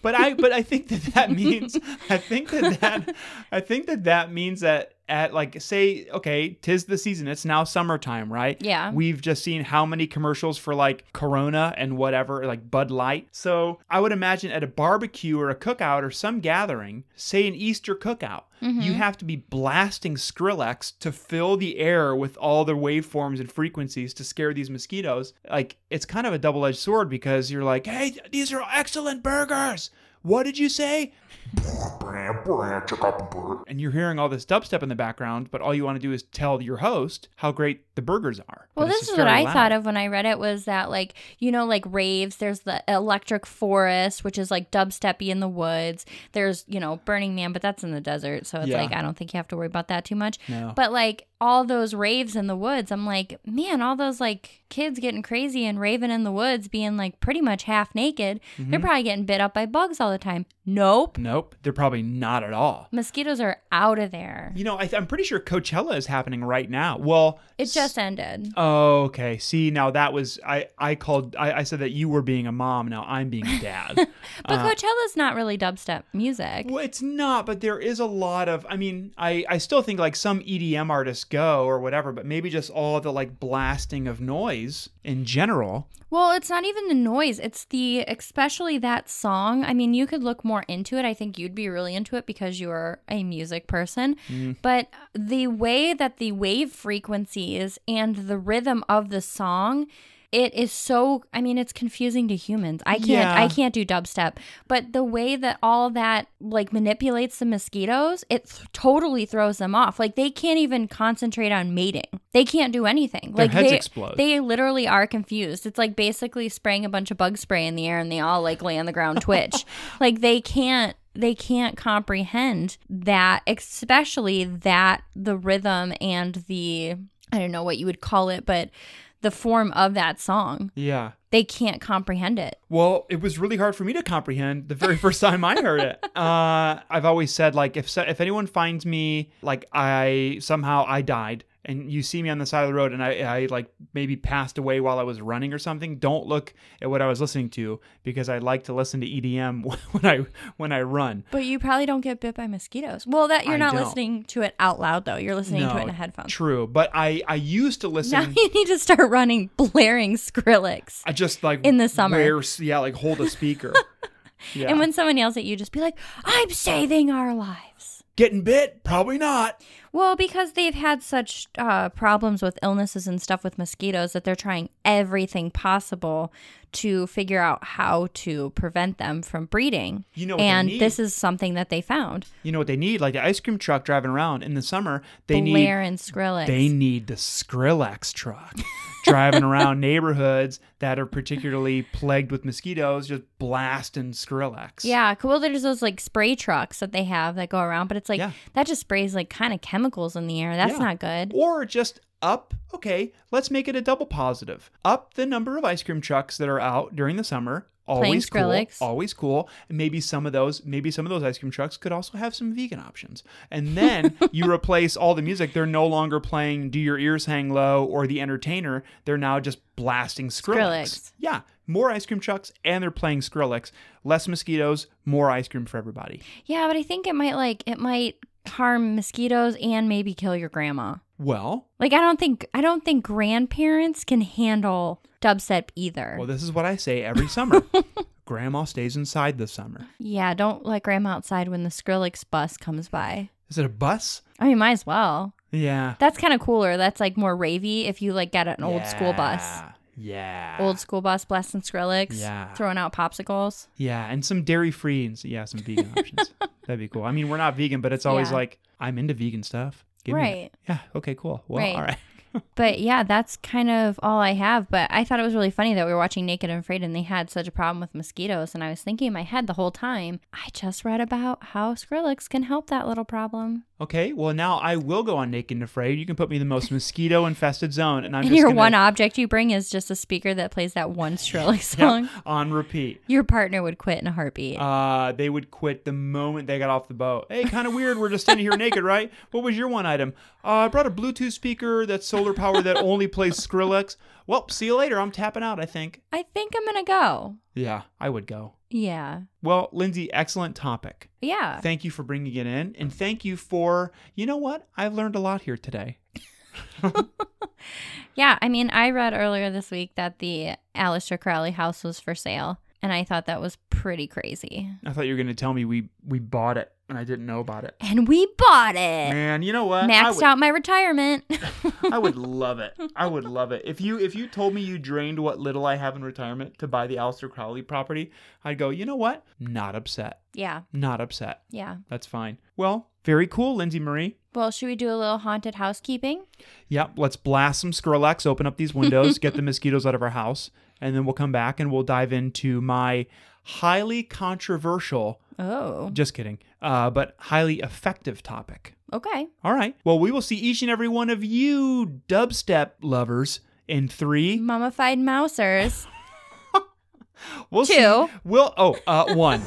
Speaker 1: But I, but I think that that means, I think that that, I think that that means that at like say, okay, tis the season. It's now summertime, right?
Speaker 2: Yeah.
Speaker 1: We've just seen how many commercials for like Corona and whatever, like Bud Light. So I would imagine at a barbecue or a cookout or some gathering, say an Easter cookout,
Speaker 2: Mm-hmm.
Speaker 1: you have to be blasting Skrillex to fill the air with all the waveforms and frequencies to scare these mosquitoes. Like it's kind of a double edged sword because you're like, hey, these are excellent burgers. What did you say? And you're hearing all this dubstep in the background, but all you want to do is tell your host how great the burgers are. But
Speaker 2: Well,
Speaker 1: it's
Speaker 2: this
Speaker 1: just
Speaker 2: is what
Speaker 1: very
Speaker 2: I
Speaker 1: loud.
Speaker 2: thought of when I read it was that, like, you know, like raves, there's the Electric Forest, which is like dubsteppy in the woods. There's, you know, Burning Man, but that's in the desert. So it's
Speaker 1: Yeah.
Speaker 2: like, I don't think you have to worry about that too much.
Speaker 1: No.
Speaker 2: But like all those raves in the woods, I'm like, man, all those like kids getting crazy and raving in the woods, being like pretty much half naked, they're probably getting bit up by bugs all the time. Nope.
Speaker 1: Nope, they're probably not at all.
Speaker 2: Mosquitoes are out of there.
Speaker 1: You know, I th- I'm pretty sure Coachella is happening right now. Well,
Speaker 2: It just ended.
Speaker 1: Oh, okay. See, now that was I. I called. I, I said that you were being a mom. Now I'm being a dad.
Speaker 2: But Coachella's not really dubstep music.
Speaker 1: well, it's not, but there is a lot of. I mean, I I still think like some EDM artists go or whatever, but maybe just all the like blasting of noise in general.
Speaker 2: Well, it's not even the noise. It's the especially that song. I mean, you could look more into it. I think you'd be really into it because you are a music person. But the way that the wave frequencies and the rhythm of the song, it is so I mean, it's confusing to humans. I can't
Speaker 1: Yeah.
Speaker 2: I can't do dubstep. But the way that all that like manipulates the mosquitoes, it th- totally throws them off. Like they can't even concentrate on mating. They can't do anything.
Speaker 1: Their
Speaker 2: like
Speaker 1: heads
Speaker 2: they
Speaker 1: explode.
Speaker 2: they literally are confused. It's like basically spraying a bunch of bug spray in the air and they all like lay on the ground twitch. like they can't they can't comprehend that especially that the rhythm and the I don't know what you would call it but the form of that song.
Speaker 1: Yeah.
Speaker 2: They can't comprehend it.
Speaker 1: Well, it was really hard for me to comprehend the very first time I heard it. Uh, I've always said like if so- if anyone finds me like I somehow I died and you see me on the side of the road and I, I like maybe passed away while I was running or something, don't look at what I was listening to because I like to listen to EDM when I when I run.
Speaker 2: But you probably don't get bit by mosquitoes. Well, that you're
Speaker 1: I
Speaker 2: not
Speaker 1: don't.
Speaker 2: listening to it out loud though. You're listening to it in a headphone.
Speaker 1: True, but I I used to
Speaker 2: now
Speaker 1: listen.
Speaker 2: you need to start running blaring Skrillex.
Speaker 1: I just like
Speaker 2: In the summer.
Speaker 1: wear- yeah, like hold a speaker. Yeah.
Speaker 2: And when someone yells at you, just be like, I'm saving our lives.
Speaker 1: Getting bit? Probably not.
Speaker 2: Well, because they've had such uh, problems with illnesses and stuff with mosquitoes that they're trying everything possible to figure out how to prevent them from breeding.
Speaker 1: You know what they
Speaker 2: and
Speaker 1: need.
Speaker 2: this is something that they found.
Speaker 1: You know what they need? Like the ice cream truck driving around in the summer, they need
Speaker 2: Blair and Skrillex.
Speaker 1: They need the Skrillex truck driving around neighborhoods that are particularly plagued with mosquitoes, just blasting Skrillex.
Speaker 2: yeah, cool. Well, there's those like spray trucks that they have that go around, but it's like
Speaker 1: Yeah.
Speaker 2: that just sprays like kind of chemicals in the air. That's
Speaker 1: Yeah.
Speaker 2: not good.
Speaker 1: Or just up, okay, let's make it a double positive. Up the number of ice cream trucks that are out during the summer. Always cool.
Speaker 2: Skrillex.
Speaker 1: Always cool. And maybe some of those, maybe some of those ice cream trucks could also have some vegan options. And then you replace all the music. They're no longer playing Do Your Ears Hang Low or The Entertainer. They're now just blasting
Speaker 2: Skrillex.
Speaker 1: Skrillex. Yeah. More ice cream trucks and they're playing Skrillex. Less mosquitoes, more ice cream for everybody.
Speaker 2: Yeah, but I think it might like it might harm mosquitoes and maybe kill your grandma.
Speaker 1: Well,
Speaker 2: Like I don't think I don't think grandparents can handle dubstep either.
Speaker 1: well, this is what I say every summer. Grandma stays inside this summer.
Speaker 2: yeah, don't let grandma outside when the Skrillex bus comes by.
Speaker 1: Is it a bus?
Speaker 2: I mean, might as well.
Speaker 1: Yeah.
Speaker 2: That's kind of cooler. That's like more ravey if you like get an old school bus.
Speaker 1: Yeah. Yeah.
Speaker 2: Old school bus blasting Skrillex,
Speaker 1: Yeah.
Speaker 2: throwing out popsicles.
Speaker 1: Yeah, and some dairy free and s- yeah, some vegan options. That'd be cool. I mean, we're not vegan, but it's always
Speaker 2: Yeah.
Speaker 1: like I'm into vegan stuff. Give me it.
Speaker 2: right.
Speaker 1: Yeah. Okay. Cool. Well.
Speaker 2: Right.
Speaker 1: All right.
Speaker 2: But yeah, that's kind of all I have. But I thought it was really funny that we were watching Naked and Afraid and they had such a problem with mosquitoes. And I was thinking in my head the whole time, I just read about how Skrillex can help that little problem.
Speaker 1: Okay. Well, now I will go on naked and afraid. You can put me in the most mosquito infested zone, and I'm
Speaker 2: and
Speaker 1: just
Speaker 2: your
Speaker 1: gonna-
Speaker 2: one object you bring is just a speaker that plays that one Skrillex
Speaker 1: Yeah,
Speaker 2: song.
Speaker 1: on repeat.
Speaker 2: Your partner would quit in a heartbeat.
Speaker 1: Uh, they would quit the moment they got off the boat. Hey, kind of weird. We're just standing here naked, right? What was your one item? Uh, I brought a Bluetooth speaker that's solar powered that only plays Skrillex. Well, see you later. I'm tapping out. I think.
Speaker 2: I think I'm going to go.
Speaker 1: Yeah, I would go.
Speaker 2: Yeah.
Speaker 1: Well, Lindsay, excellent topic.
Speaker 2: Yeah.
Speaker 1: Thank you for bringing it in. And thank you for, you know what? I've learned a lot here today.
Speaker 2: Yeah. I mean, I read earlier this week that the Aleister Crowley house was for sale. And I thought that was pretty crazy.
Speaker 1: I thought you were going to tell me we, we bought it and I didn't know about it.
Speaker 2: And we bought it.
Speaker 1: Man, you know what? I
Speaker 2: maxed
Speaker 1: would,
Speaker 2: out my retirement.
Speaker 1: I would love it. I would love it. If you if you told me you drained what little I have in retirement to buy the Aleister Crowley property, I'd go, you know what? Not upset.
Speaker 2: yeah,
Speaker 1: Not upset.
Speaker 2: yeah.
Speaker 1: That's fine. Well, very cool, Lindsay Marie.
Speaker 2: Well, should we do a little haunted housekeeping?
Speaker 1: Yep, let's blast some Skrillex, open up these windows, get the mosquitoes out of our house, and then we'll come back and we'll dive into my highly controversial,
Speaker 2: Oh,
Speaker 1: just kidding, uh, but highly effective topic.
Speaker 2: okay.
Speaker 1: All right. Well, we will see each and every one of you dubstep lovers in three.
Speaker 2: Mummified mousers.
Speaker 1: We'll
Speaker 2: Two.
Speaker 1: see. We'll, oh, uh, one.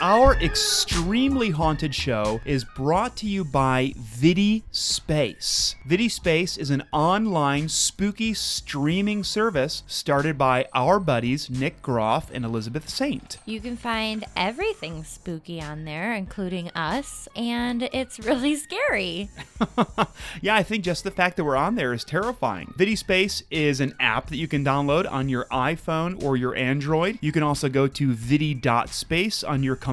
Speaker 1: Our extremely haunted show is brought to you by Vidi Space. Vidi Space is an online spooky streaming service started by our buddies Nick Groff and Elizabeth Saint.
Speaker 2: You can find everything spooky on there, including us, and it's really scary.
Speaker 1: yeah, I think just the fact that we're on there is terrifying. VidiSpace is an app that you can download on your iPhone or your Android. You can also go to vidi.space on your computer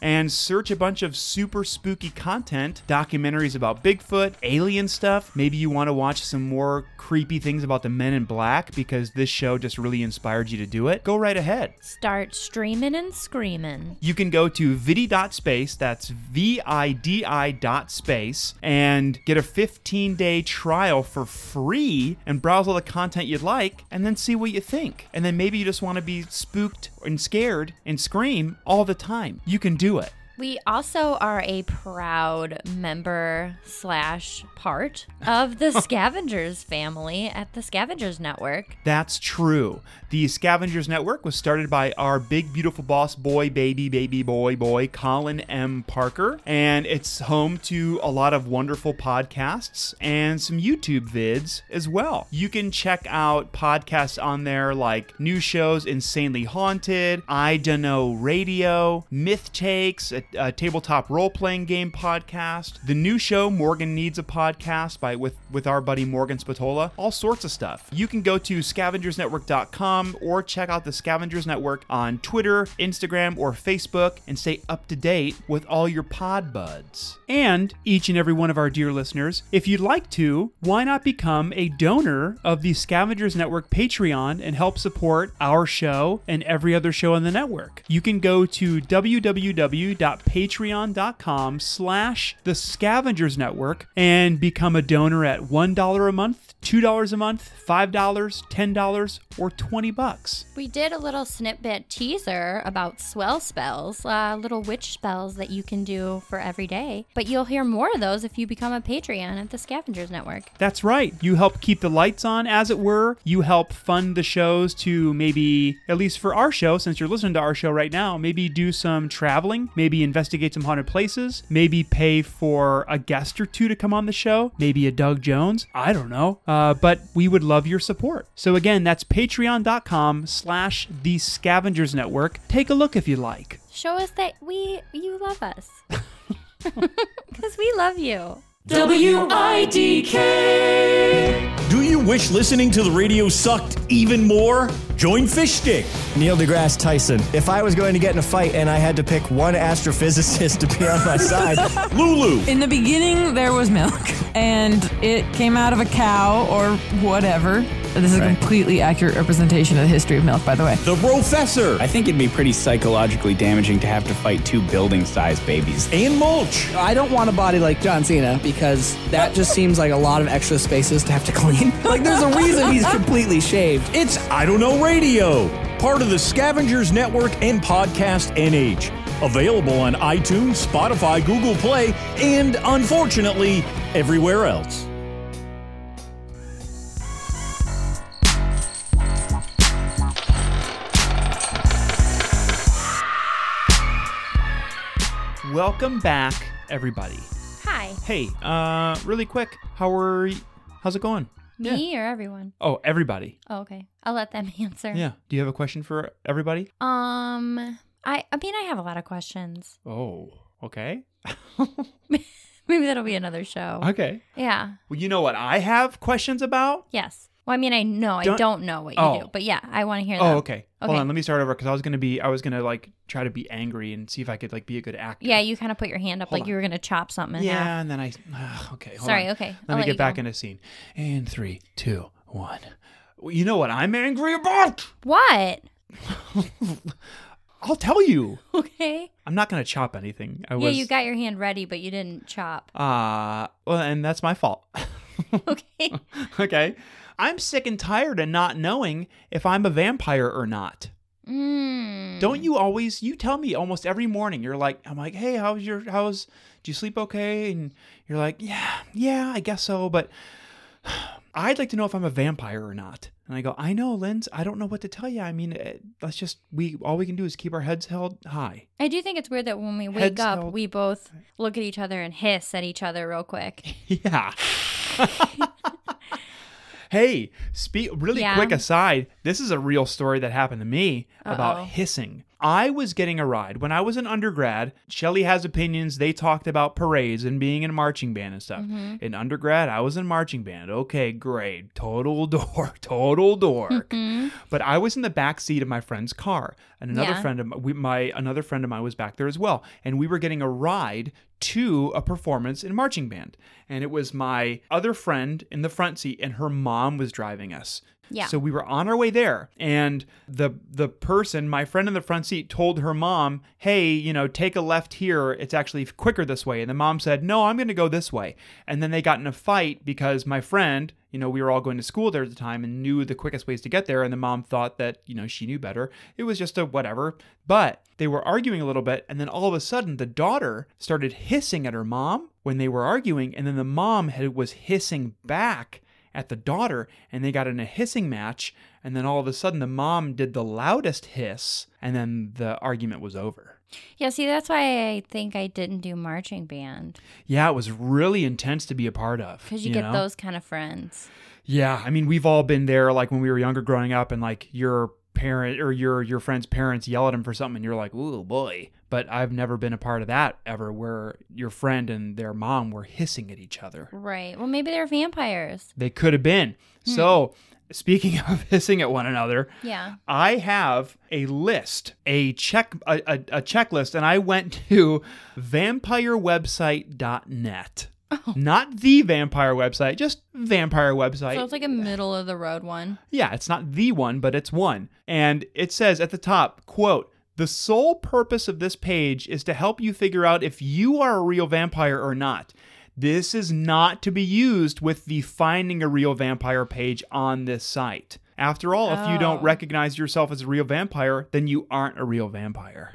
Speaker 1: and search a bunch of super spooky content, documentaries about Bigfoot, alien stuff. Maybe you want to watch some more creepy things about the men in black because this show just really inspired you to do it. Go right ahead.
Speaker 2: Start streaming and screaming.
Speaker 1: You can go to vidi.space, that's V I D I dot space, and get a 15 day trial for free and browse all the content you'd like and then see what you think. And then maybe you just want to be spooked and scared and scream all the time. You can do it.
Speaker 2: We also are a proud member slash part of the Scavengers family at the Scavengers Network.
Speaker 1: That's true. The Scavengers Network was started by our big, beautiful boss boy, baby, baby boy, boy, Colin M. Parker. And it's home to a lot of wonderful podcasts and some YouTube vids as well. You can check out podcasts on there like new shows, Insanely Haunted, I Dunno Radio, Myth Takes, a uh, tabletop role playing game podcast, the new show Morgan Needs a Podcast by with with our buddy Morgan Spatola, all sorts of stuff. You can go to scavengersnetwork.com or check out the Scavengers Network on Twitter, Instagram, or Facebook and stay up to date with all your pod buds. And each and every one of our dear listeners, if you'd like to, why not become a donor of the Scavengers Network Patreon and help support our show and every other show on the network? You can go to www.patreon.com slash the Scavengers Network and become a donor at $1 a month, $2 a month, $5, $10, or 20 bucks.
Speaker 2: We did a little snippet teaser about swell spells, uh, little witch spells that you can do for every day. But you'll hear more of those if you become a Patreon at the Scavengers Network.
Speaker 1: That's right. You help keep the lights on, as it were. You help fund the shows to maybe, at least for our show, since you're listening to our show right now, maybe do some traveling, maybe investigate some haunted places, maybe pay for a guest or two to come on the show, maybe a Doug Jones. I don't know. Uh, but we would love your support. So again, that's patreon.com slash the scavengers network. Take a look if you like.
Speaker 2: Show us that we you love us. Because we love you.
Speaker 3: W-I-D-K.
Speaker 4: Do you wish listening to the radio sucked even more? Join Fish Stick.
Speaker 3: Neil deGrasse Tyson. If I was going to get in a fight and I had to pick one astrophysicist to be on my side,
Speaker 4: Lulu.
Speaker 5: In the beginning, there was milk, and it came out of a cow or whatever. This is a completely accurate representation of the history of milk, by the way.
Speaker 4: The Professor.
Speaker 6: I think it'd be pretty psychologically damaging to have to fight two building sized babies.
Speaker 4: And Mulch.
Speaker 7: I don't want a body like John Cena because that just seems like a lot of extra spaces to have to clean. Like, there's a reason he's completely shaved.
Speaker 4: It's I Don't Know Radio, part of the Scavengers Network and Podcast NH. Available on iTunes, Spotify, Google Play, and unfortunately, everywhere else.
Speaker 1: Welcome back, everybody.
Speaker 2: Hi.
Speaker 1: Hey, uh, really quick, how are y- how's it going?
Speaker 2: Me or everyone?
Speaker 1: Oh, everybody.
Speaker 2: Oh, okay. I'll let them answer.
Speaker 1: Yeah. Do you have a question for everybody?
Speaker 2: Um I I mean I have a lot of questions.
Speaker 1: Oh, okay.
Speaker 2: Maybe that'll be another show.
Speaker 1: Okay.
Speaker 2: yeah.
Speaker 1: Well, you know what I have questions about?
Speaker 2: Yes. Well, I mean I know I
Speaker 1: Don't-
Speaker 2: don't know what you
Speaker 1: Oh.
Speaker 2: do, but yeah, I want to hear that.
Speaker 1: Oh, okay. Hold
Speaker 2: Okay.
Speaker 1: on, let me start over because I was gonna be I was gonna like try to be angry and see if I could like be a good actor.
Speaker 2: Yeah, you kind of put your hand up
Speaker 1: Hold
Speaker 2: like
Speaker 1: on.
Speaker 2: you were going to chop something in half.
Speaker 1: Yeah, and then I ugh, okay. Hold
Speaker 2: Sorry,
Speaker 1: on.
Speaker 2: okay.
Speaker 1: Let
Speaker 2: I'll
Speaker 1: me
Speaker 2: let
Speaker 1: get
Speaker 2: you
Speaker 1: back
Speaker 2: go.
Speaker 1: in a scene. And three, two, one. Well, you know what I'm angry about?
Speaker 2: What?
Speaker 1: I'll tell you.
Speaker 2: Okay.
Speaker 1: I'm not gonna chop anything. I was.
Speaker 2: Yeah, you got your hand ready, but you didn't chop.
Speaker 1: Uh, well, and that's my fault.
Speaker 2: Okay.
Speaker 1: okay. I'm sick and tired of not knowing if I'm a vampire or not.
Speaker 2: mm.
Speaker 1: Don't you always? You tell me almost every morning. You're like, I'm like, hey, how's your? How's? Do you sleep okay? And you're like, yeah, yeah, I guess so. But I'd like to know if I'm a vampire or not. And I go, I know, Linz. I don't know what to tell you. I mean, eh, let's just we all we can do is keep our heads held high.
Speaker 2: I do think it's weird that when we wake
Speaker 1: Heads
Speaker 2: up,
Speaker 1: held.
Speaker 2: we both look at each other and hiss at each other real quick.
Speaker 1: Yeah. hey, speak really
Speaker 2: Yeah.
Speaker 1: quick aside. This is a real story that happened to me
Speaker 2: Uh-oh.
Speaker 1: about hissing. I was getting a ride when I was an undergrad. Shelly has opinions. They talked about parades and being in a marching band and stuff.
Speaker 2: Mm-hmm.
Speaker 1: In undergrad, I was in marching band. Okay, great. Total dork. Total dork. But I was in the back seat of my friend's car, and another
Speaker 2: Mm-hmm. Yeah.
Speaker 1: friend of my, we, my another friend of mine was back there as well, and we were getting a ride to a performance in marching band, and it was my other friend in the front seat, and her mom was driving us.
Speaker 2: Yeah.
Speaker 1: So we were on our way there, and the the person, my friend in the front seat, told her mom, "Hey, you know, take a left here. It's actually quicker this way." And the mom said, "No, I'm going to go this way." And then they got in a fight because my friend, you know, we were all going to school there at the time and knew the quickest ways to get there, and the mom thought that you know she knew better. It was just a whatever. But they were arguing a little bit, and then all of a sudden, the daughter started hissing at her mom when they were arguing, and then the mom had, was hissing back at the daughter and they got in a hissing match and then all of a sudden the mom did the loudest hiss and then the argument was over
Speaker 2: Yeah, see, that's why I think I didn't do marching band
Speaker 1: yeah it was really intense to be a part of
Speaker 2: because you, get
Speaker 1: know?
Speaker 2: those kind of friends.
Speaker 1: yeah i mean we've all been there like when we were younger growing up and like your parent or your your friend's parents yell at him for something and you're like, "Ooh, boy." But I've never been a part of that ever where your friend and their mom were hissing at each other.
Speaker 2: Right. Well, maybe they're vampires.
Speaker 1: They could have been. So, speaking of hissing at one another,
Speaker 2: Hmm. Yeah.
Speaker 1: I have a list, a check a, a, a checklist and I went to vampirewebsite.net. Not the vampire website, just vampire website.
Speaker 2: So it's like a middle of the road one.
Speaker 1: Yeah, it's not the one, but it's one. And it says at the top, quote, the sole purpose of this page is to help you figure out if you are a real vampire or not. This is not to be used with the finding a real vampire page on this site. After all, if you don't recognize yourself as a real vampire, then you aren't a real vampire.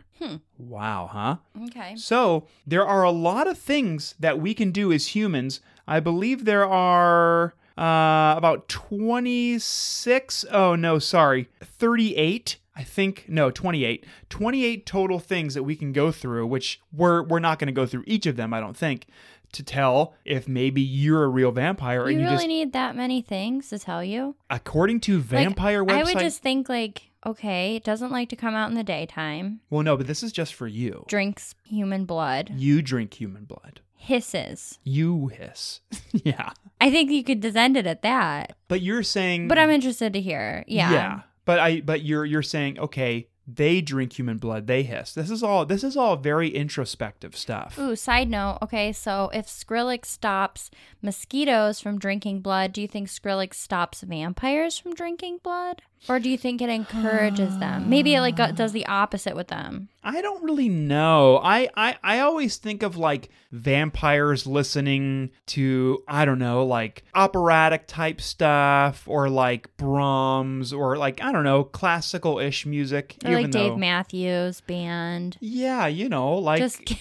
Speaker 1: Wow, huh?
Speaker 2: Okay.
Speaker 1: So there are a lot of things that we can do as humans. I believe there are uh, about 26. Oh, no, sorry. 38. I think no, 28. 28 total things that we can go through, which we're we're not going to go through each of them, I don't think, to tell if maybe you're a real vampire
Speaker 2: You
Speaker 1: and you
Speaker 2: really
Speaker 1: just
Speaker 2: need that many things to tell you.
Speaker 1: according to
Speaker 2: Like,
Speaker 1: vampire
Speaker 2: I
Speaker 1: website.
Speaker 2: would just think like, okay, it doesn't like to come out in the daytime.
Speaker 1: Well, no, but this is just for you.
Speaker 2: Drinks human blood.
Speaker 1: You drink human blood.
Speaker 2: Hisses.
Speaker 1: You hiss. yeah.
Speaker 2: I think you could just end it at that.
Speaker 1: But you're saying
Speaker 2: But I'm interested to hear. Yeah.
Speaker 1: But I but you're you're saying, okay, they drink human blood, they hiss. This is all this is all very introspective stuff.
Speaker 2: Ooh, side note. Okay, so if Skrillex stops mosquitoes from drinking blood, do you think Skrillex stops vampires from drinking blood? Or do you think it encourages them? Maybe it like go- does the opposite with them.
Speaker 1: I don't really know. I, I I always think of like vampires listening to I don't know, like operatic type stuff or like Brahms or like I don't know, classical-ish music
Speaker 2: Or
Speaker 1: even
Speaker 2: like
Speaker 1: though
Speaker 2: Dave Matthews band.
Speaker 1: Yeah, you know, like
Speaker 2: Just get-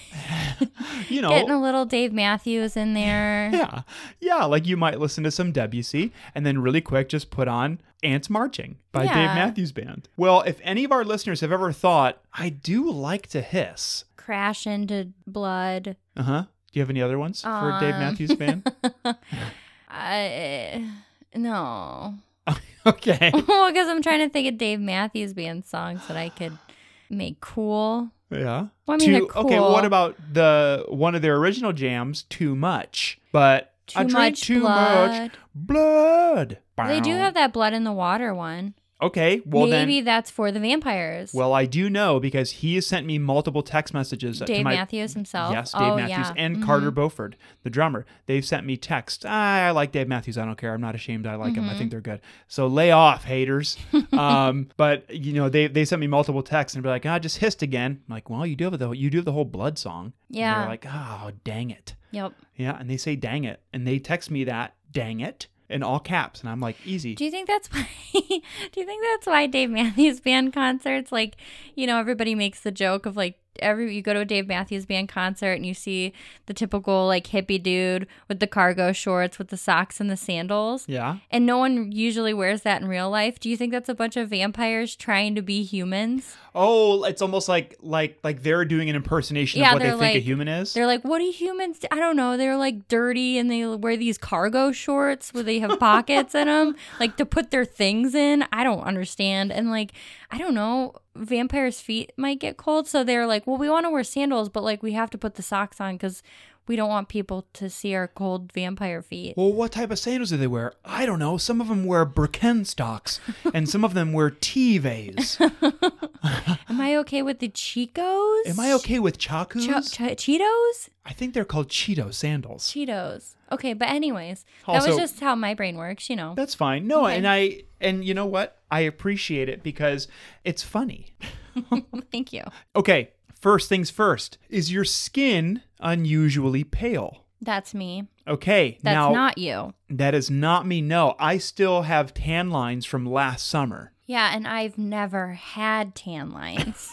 Speaker 1: you know,
Speaker 2: getting a little Dave Matthews in there.
Speaker 1: Yeah. Yeah. Like you might listen to some Debussy and then really quick just put on Ants Marching by Dave
Speaker 2: Yeah.
Speaker 1: Matthews Band. Well, if any of our listeners have ever thought, I do like to hiss.
Speaker 2: Crash into blood.
Speaker 1: Uh huh. Do you have any other ones for Dave
Speaker 2: Um.
Speaker 1: Matthews Band?
Speaker 2: I no.
Speaker 1: okay.
Speaker 2: well, because I'm trying to think of Dave Matthews Band songs that I could make cool.
Speaker 1: Yeah.
Speaker 2: Well, I mean, they're
Speaker 1: Too- Okay. What
Speaker 2: cool.
Speaker 1: about the one of their original jams, Too Much? But I
Speaker 2: Too
Speaker 1: drink
Speaker 2: Much
Speaker 1: too much
Speaker 2: Blood.
Speaker 1: blood.
Speaker 2: They do
Speaker 1: Bow.
Speaker 2: have that blood in the water one.
Speaker 1: Okay. Well, then.
Speaker 2: Maybe that's for the vampires.
Speaker 1: Well, I do know because he has sent me multiple text messages to
Speaker 2: Dave
Speaker 1: my
Speaker 2: Matthews himself.
Speaker 1: Yes, Dave
Speaker 2: oh,
Speaker 1: Matthews
Speaker 2: yeah.
Speaker 1: and
Speaker 2: Mhm.
Speaker 1: Carter Beauford, the drummer. They've sent me texts. "Ah, I like Dave Matthews. I don't care. I'm not ashamed. I like him.
Speaker 2: Mm-hmm.
Speaker 1: I think they're good. So lay off, haters. um, but you know, they they sent me multiple texts and be like, ah, just hissed again. I'm like, well, you do have the you do have the whole blood song. And
Speaker 2: Yeah.
Speaker 1: they're like, oh, dang it.
Speaker 2: Yep.
Speaker 1: Yeah, and they say dang it, and they text me that dang it in all caps, and I'm like, easy.
Speaker 2: Do you think that's why? do you think that's why Dave Matthews Band concerts, like, you know, everybody makes the joke of like every you go to a Dave Matthews Band concert and you see the typical like hippie dude with the cargo shorts with the socks and the sandals.
Speaker 1: yeah.
Speaker 2: And no one usually wears that in real life. Do you think that's a bunch of vampires trying to be humans?
Speaker 1: Oh, it's almost like like like they're doing an impersonation
Speaker 2: Yeah,
Speaker 1: of what they
Speaker 2: they're
Speaker 1: think a
Speaker 2: like-
Speaker 1: human is.
Speaker 2: They're like, what do humans? Do? I don't know. They're like dirty, and they wear these cargo shorts where they have pockets in them, like to put their things in. I don't understand. And like, I don't know. Vampires' feet might get cold, so they're like, well, we want to wear sandals, but like we have to put the socks on because we don't want people to see our cold vampire feet.
Speaker 1: Well, what type of sandals do they wear? I don't know. Some of them wear Birkenstocks, and some of them wear Tives.
Speaker 2: Am I okay with the Chicos?
Speaker 1: Am I okay with
Speaker 2: Ch-
Speaker 1: Chacos?
Speaker 2: Ch- Cheetos?
Speaker 1: I think they're called Cheeto sandals.
Speaker 2: Cheetos. Okay, but anyways, that
Speaker 1: Also-
Speaker 2: was just how my brain works, you know.
Speaker 1: That's fine. No,
Speaker 2: Okay.
Speaker 1: and I and you know what? I appreciate it because it's funny.
Speaker 2: Thank you.
Speaker 1: Okay, first things first. Is your skin unusually pale?
Speaker 2: That's me.
Speaker 1: Okay,
Speaker 2: That's
Speaker 1: now
Speaker 2: not you.
Speaker 1: that is not me. No, I still have tan lines from last summer.
Speaker 2: Yeah, and I've never had tan lines.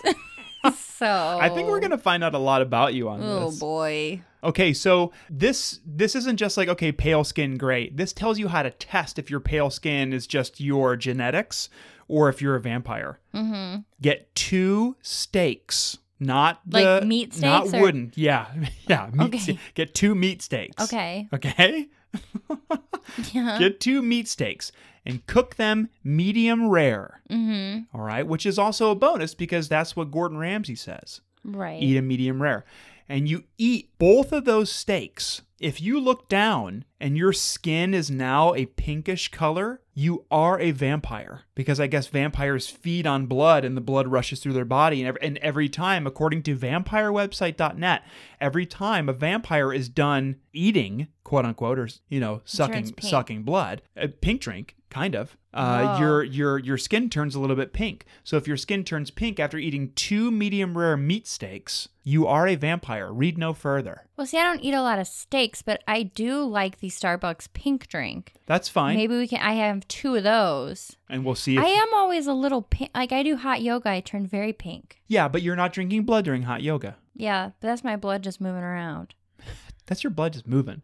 Speaker 2: so
Speaker 1: I think we're gonna find out a lot about you on
Speaker 2: Oh
Speaker 1: this.
Speaker 2: boy.
Speaker 1: Okay, so this this isn't just like okay, pale skin great. This tells you how to test if your pale skin is just your genetics or if you're a vampire. Mm-hmm. Get two steaks, not
Speaker 2: Like
Speaker 1: the-
Speaker 2: meat
Speaker 1: not
Speaker 2: steaks or-
Speaker 1: wooden. Yeah, yeah. Meat
Speaker 2: Okay.
Speaker 1: ste- Get two meat steaks.
Speaker 2: Okay.
Speaker 1: Okay. Get two meat steaks and cook them medium rare. Mm-hmm. right, which is also a bonus because that's what Gordon Ramsay says
Speaker 2: Right.
Speaker 1: eat a medium rare. And you eat both of those steaks. If you look down and your skin is now a pinkish color, you are a vampire because I guess vampires feed on blood and the blood rushes through their body. And every, and every time, according to vampirewebsite.net, every time a vampire is done eating, quote unquote, or you know, sucking
Speaker 2: pink.
Speaker 1: sucking blood, a pink drink, kind of,
Speaker 2: Oh.
Speaker 1: uh, your your your skin turns a little bit pink. So if your skin turns pink after eating two medium rare meat steaks, you are a vampire. Read no further.
Speaker 2: Well, see, I don't eat a lot of steaks, but I do like the Starbucks pink drink.
Speaker 1: That's fine,
Speaker 2: Maybe we can. I have two of those.
Speaker 1: and we'll see. If,
Speaker 2: I am always a little pink. Like I do hot yoga, I turn very pink.
Speaker 1: Yeah, but you're not drinking blood during hot yoga.
Speaker 2: Yeah, but that's my blood just moving around.
Speaker 1: That's your blood just moving.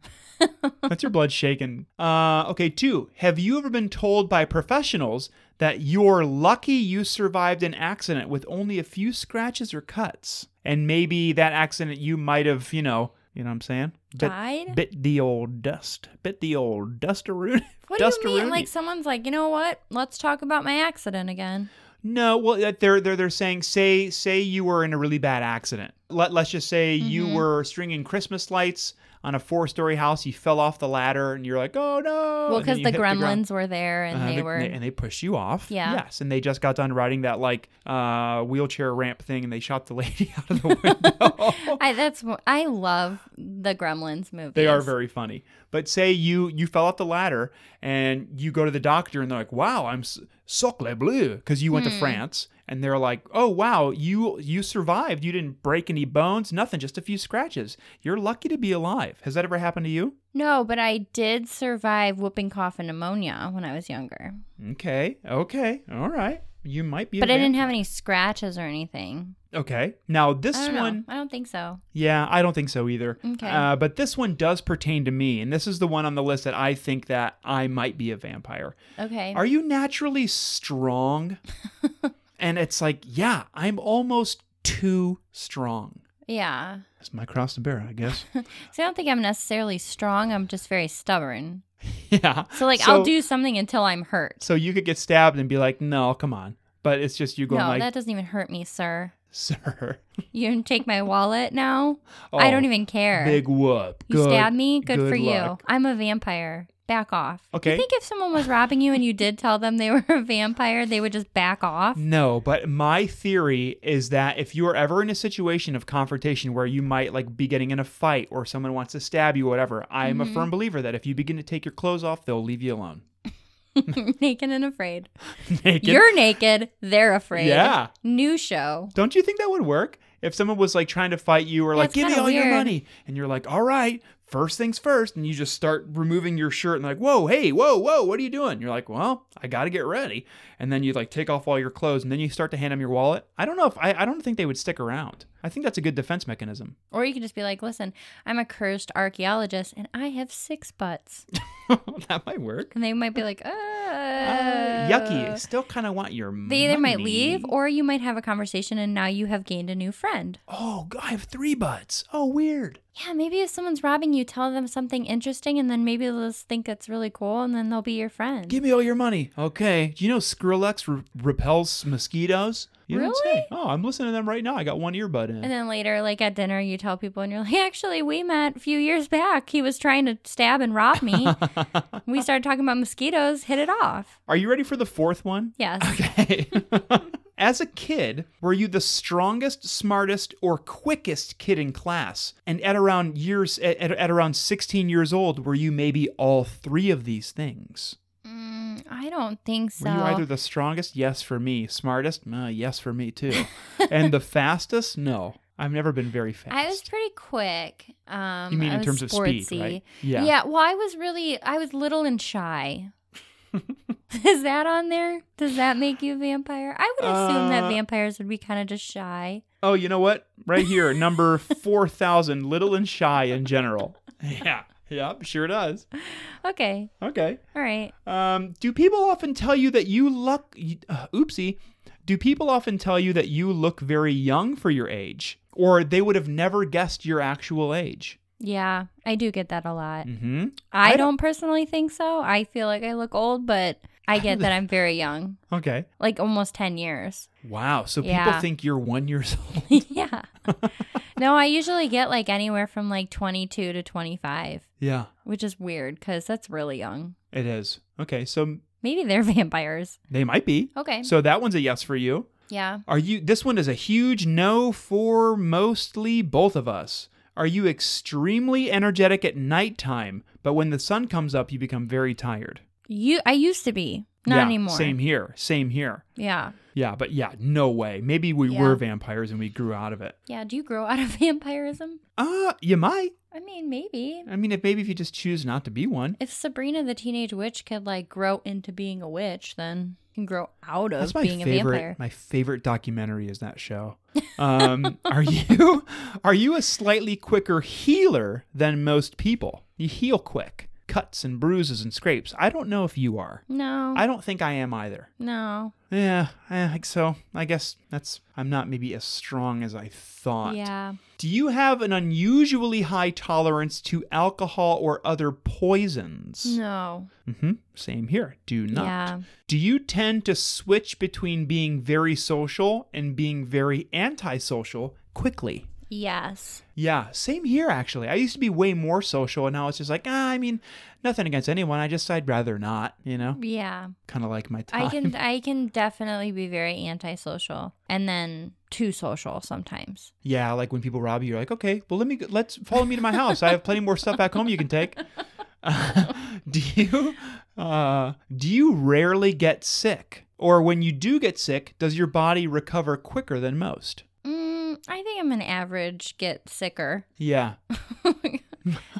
Speaker 1: That's your blood shaking. Uh, okay, two. Have you ever been told by professionals that you're lucky you survived an accident with only a few scratches or cuts, and maybe that accident you might have, you know, you know what I'm saying? Bit-
Speaker 2: Died?
Speaker 1: Bit the old dust. Bit the old dustaroon.
Speaker 2: What do you mean? Like someone's like, you know what? Let's talk about my accident again.
Speaker 1: No, well, that they're they're they're saying say say you were in a really bad accident. Let let's just say
Speaker 2: Mm-hmm.
Speaker 1: you were stringing Christmas lights on a four story house. You fell off the ladder, and you're like, oh no. And
Speaker 2: Well,
Speaker 1: then
Speaker 2: because
Speaker 1: you
Speaker 2: the
Speaker 1: hit ground.
Speaker 2: gremlins were there and
Speaker 1: Uh,
Speaker 2: they were.
Speaker 1: and they pushed you off.
Speaker 2: Yeah.
Speaker 1: Yes, and they just got done riding that like uh, wheelchair ramp thing, and they shot the lady out of the window.
Speaker 2: I that's wh- I love the Gremlins movies.
Speaker 1: They are very funny. But say you you fell off the ladder and you go to the doctor and they're like, "Wow, I'm s- socle bleu" because you went
Speaker 2: Hmm.
Speaker 1: to France and they're like, "Oh wow, you you survived. You didn't break any bones, nothing, just a few scratches. You're lucky to be alive." Has that ever happened to you?
Speaker 2: No, but I did survive whooping cough and pneumonia when I was younger.
Speaker 1: Okay, okay, all right. You might be, a
Speaker 2: But I didn't
Speaker 1: vamp-
Speaker 2: have any scratches or anything.
Speaker 1: Okay, now this
Speaker 2: I don't
Speaker 1: one.
Speaker 2: know. I don't think so.
Speaker 1: Yeah, I don't think so either.
Speaker 2: Okay.
Speaker 1: Uh, but this one does pertain to me, and this is the one on the list that I think that I might be a vampire.
Speaker 2: Okay.
Speaker 1: Are you naturally strong? and it's like, yeah, I'm almost too strong.
Speaker 2: yeah.
Speaker 1: That's my cross to bear, I guess.
Speaker 2: So I don't think I'm necessarily strong. I'm just very stubborn.
Speaker 1: yeah.
Speaker 2: So like I'll do something until I'm hurt.
Speaker 1: So you could get stabbed and be like, no, come on. But it's just you
Speaker 2: No,
Speaker 1: going like,
Speaker 2: that doesn't even hurt me, sir.
Speaker 1: sir.
Speaker 2: You can take my wallet now. I don't
Speaker 1: Oh,
Speaker 2: even care.
Speaker 1: Big whoop.
Speaker 2: you
Speaker 1: Good-
Speaker 2: stab me. Good, for
Speaker 1: luck.
Speaker 2: you. I'm a vampire. Back off.
Speaker 1: Okay.
Speaker 2: You think if someone was robbing you and you did tell them they were a vampire, they would just back off?
Speaker 1: No, but my theory is that if you are ever in a situation of confrontation where you might like be getting in a fight or someone wants to stab you, whatever, I'm
Speaker 2: Mm-hmm.
Speaker 1: a firm believer that if you begin to take your clothes off, they'll leave you alone.
Speaker 2: naked and afraid.
Speaker 1: Naked.
Speaker 2: You're naked. They're afraid.
Speaker 1: Yeah.
Speaker 2: New show.
Speaker 1: Don't you think that would work? If someone was like trying to fight you or like,
Speaker 2: it's
Speaker 1: give me
Speaker 2: kinda
Speaker 1: all your
Speaker 2: weird.
Speaker 1: money. And you're like, all right, first things first. And you just start removing your shirt and like, whoa, hey, whoa, whoa, what are you doing? You're like, well, I got to get ready. And then you like take off all your clothes and then you start to hand them your wallet. I don't know if I, I don't think they would stick around. I think that's a good defense mechanism.
Speaker 2: Or you could just be like, listen, I'm a cursed archaeologist and I have six butts.
Speaker 1: that might work.
Speaker 2: And they might be like, uh,
Speaker 1: Uh, yucky. Still kind of want your
Speaker 2: They either might
Speaker 1: money.
Speaker 2: leave or you might have a conversation and now you have gained a new friend.
Speaker 1: Oh, God, I have three butts. Oh, weird.
Speaker 2: Yeah, maybe if someone's robbing you, tell them something interesting and then maybe they'll just think it's really cool and then they'll be your friend.
Speaker 1: Give me all your money. Okay. Do you know Skrillex re- repels mosquitoes? You don't say.
Speaker 2: Really?
Speaker 1: Oh, I'm listening to them right now. I got one earbud in.
Speaker 2: and then later, like at dinner, you tell people and you're like, actually, we met a few years back. He was trying to stab and rob me. we started talking about mosquitoes, hit it off.
Speaker 1: Are you ready for the fourth one?
Speaker 2: Yes.
Speaker 1: Okay. As a kid, were you the strongest, smartest, or quickest kid in class? And at around years, at, at- at around 16 years old, were you maybe all three of these things?
Speaker 2: Mm, I don't think so.
Speaker 1: Were you either the strongest? Yes, for me. Smartest? Uh, yes, for me too. and the fastest? No, I've never been very fast.
Speaker 2: I was pretty quick. Um,
Speaker 1: You mean
Speaker 2: I
Speaker 1: in
Speaker 2: was
Speaker 1: terms of speed,
Speaker 2: sportsy.
Speaker 1: right? Yeah.
Speaker 2: Yeah. Well, I was really, I was little and shy. Is that on there? Does that make you a vampire? I would assume
Speaker 1: Uh,
Speaker 2: that vampires would be kind of just shy.
Speaker 1: oh, you know what? Right here, number four thousand, little and shy in general. Yeah. Yep. Sure does.
Speaker 2: Okay.
Speaker 1: Okay.
Speaker 2: All right.
Speaker 1: Um, do people often tell you that you look? Uh, oopsie. Do people often tell you that you look very young for your age, or they would have never guessed your actual age?
Speaker 2: Yeah, I do get that a lot.
Speaker 1: Mm-hmm.
Speaker 2: I,
Speaker 1: I
Speaker 2: don't, personally think so. I feel like I look old, but I get that I'm very young,
Speaker 1: Okay.
Speaker 2: like almost 10 years.
Speaker 1: Wow. So people
Speaker 2: Yeah.
Speaker 1: think you're one years old.
Speaker 2: yeah. no, I usually get like anywhere from like 22 to 25,
Speaker 1: yeah,
Speaker 2: which is weird because that's really young.
Speaker 1: it is. Okay. So
Speaker 2: Maybe they're vampires.
Speaker 1: they might be.
Speaker 2: Okay.
Speaker 1: So that one's a yes for you.
Speaker 2: yeah.
Speaker 1: Are you this one is a huge no for mostly both of us. Are you extremely energetic at nighttime, but when the sun comes up you become very tired?
Speaker 2: You I used to be, not
Speaker 1: yeah,
Speaker 2: anymore.
Speaker 1: Same here. Same here.
Speaker 2: Yeah.
Speaker 1: Yeah, but yeah, no way. Maybe we
Speaker 2: Yeah.
Speaker 1: were vampires and we grew out of it.
Speaker 2: Yeah, do you grow out of vampirism?
Speaker 1: Uh, you might.
Speaker 2: I mean, maybe.
Speaker 1: I mean, if maybe if you just choose not to be one.
Speaker 2: If Sabrina the teenage witch could like grow into being a witch, then you can grow out of
Speaker 1: That's my
Speaker 2: being a
Speaker 1: favorite.
Speaker 2: vampire.
Speaker 1: My favorite documentary is that show. Um, are you are you a slightly quicker healer than most people? You heal quick, cuts and bruises and scrapes. I don't know if you are.
Speaker 2: No.
Speaker 1: I don't think I am either.
Speaker 2: no.
Speaker 1: Yeah, I think so. I guess that's I'm not maybe as strong as I thought.
Speaker 2: Yeah.
Speaker 1: Do you have an unusually high tolerance to alcohol or other poisons?
Speaker 2: No.
Speaker 1: hmm Same here. Do not.
Speaker 2: Yeah.
Speaker 1: Do you tend to switch between being very social and being very antisocial quickly?
Speaker 2: Yes.
Speaker 1: Yeah, same here actually. I used to be way more social and now it's just like, ah, I mean, nothing against anyone. I just I'd rather not, you know?
Speaker 2: Yeah.
Speaker 1: Kind of like my time.
Speaker 2: I can I can definitely be very antisocial and then too social sometimes.
Speaker 1: Yeah, like when people rob you, you're like, okay, well, let me let's follow me to my house. I have plenty more stuff back home you can take. do you uh, do you rarely get sick, or when you do get sick, does your body recover quicker than most?
Speaker 2: Mm, I think I'm an average get sicker.
Speaker 1: Yeah,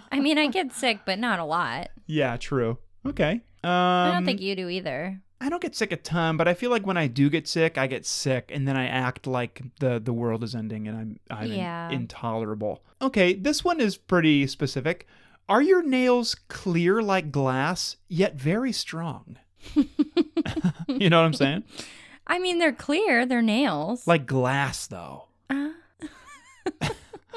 Speaker 2: I mean, I get sick, but not a lot.
Speaker 1: yeah, true. Okay. Um,
Speaker 2: Mm-hmm. I don't think you do either.
Speaker 1: I don't get sick a ton, but I feel like when I do get sick, I get sick, and then I act like the the world is ending, and I'm I'm in-
Speaker 2: Yeah.
Speaker 1: intolerable. Okay, this one is pretty specific. Are your nails clear like glass, yet very strong? you know what I'm saying?
Speaker 2: I mean, they're clear. They're nails.
Speaker 1: Like glass, though.
Speaker 2: Uh.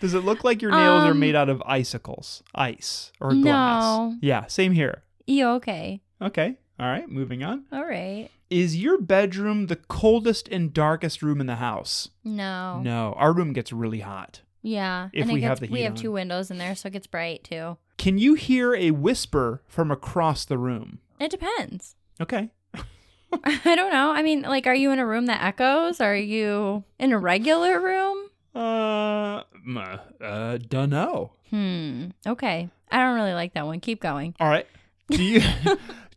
Speaker 1: Does it look like your nails are
Speaker 2: Um,
Speaker 1: made out of icicles, ice, or
Speaker 2: No.
Speaker 1: glass? Yeah, same here.
Speaker 2: you okay?
Speaker 1: Okay, all right, moving on.
Speaker 2: All right.
Speaker 1: Is your bedroom the coldest and darkest room in the house?
Speaker 2: No.
Speaker 1: No, our room gets really hot.
Speaker 2: Yeah.
Speaker 1: If
Speaker 2: and it
Speaker 1: we have
Speaker 2: gets,
Speaker 1: the
Speaker 2: we
Speaker 1: heat
Speaker 2: have
Speaker 1: on.
Speaker 2: two windows in there, so it gets bright too.
Speaker 1: Can you hear a whisper from across the room?
Speaker 2: It depends.
Speaker 1: Okay.
Speaker 2: I don't know. I mean, like, are you in a room that echoes? Are you in a regular room?
Speaker 1: Uh, mm, uh, dunno.
Speaker 2: Hmm. Okay. I don't really like that one. Keep going.
Speaker 1: All right. Do you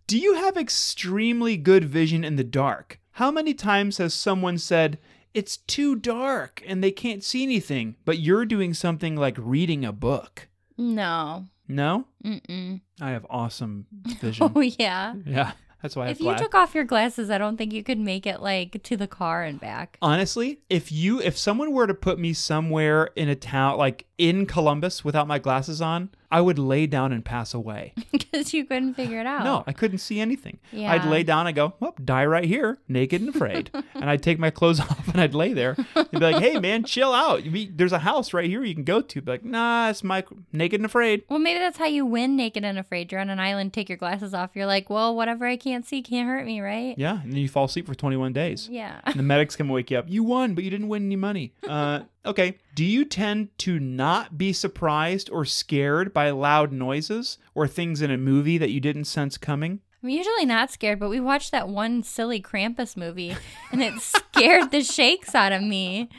Speaker 1: do you have extremely good vision in the dark? How many times has someone said it's too dark and they can't see anything, but you're doing something like reading a book?
Speaker 2: No.
Speaker 1: No,
Speaker 2: Mm-mm.
Speaker 1: I have awesome vision.
Speaker 2: Oh yeah.
Speaker 1: yeah, that's why I have
Speaker 2: If you
Speaker 1: black.
Speaker 2: took off your glasses, I don't think you could make it like to the car and back.
Speaker 1: Honestly, if you if someone were to put me somewhere in a town like in Columbus without my glasses on, I would lay down and pass away.
Speaker 2: because you couldn't figure it out.
Speaker 1: No, I couldn't see anything. I'd
Speaker 2: Oh. Yeah.
Speaker 1: lay down and go, well, die right here, naked and afraid. and I'd take my clothes off and I'd lay there and be like, hey man, chill out. You be- There's a house right here you can go to. Be like, nah, it's my naked and afraid.
Speaker 2: Well, maybe that's how you win naked and afraid. You're on an island, take your glasses off. You're like, well, whatever I can't see can't hurt me, right?
Speaker 1: Yeah, and then you fall asleep for 21 days.
Speaker 2: Yeah.
Speaker 1: And the medics come wake you up. You won, but you didn't win any money. Uh, okay. Do you tend to not be surprised or scared by loud noises or things in a movie that you didn't sense coming?
Speaker 2: I'm usually not scared, but we watched that one silly Krampus movie and it scared the shakes out of me.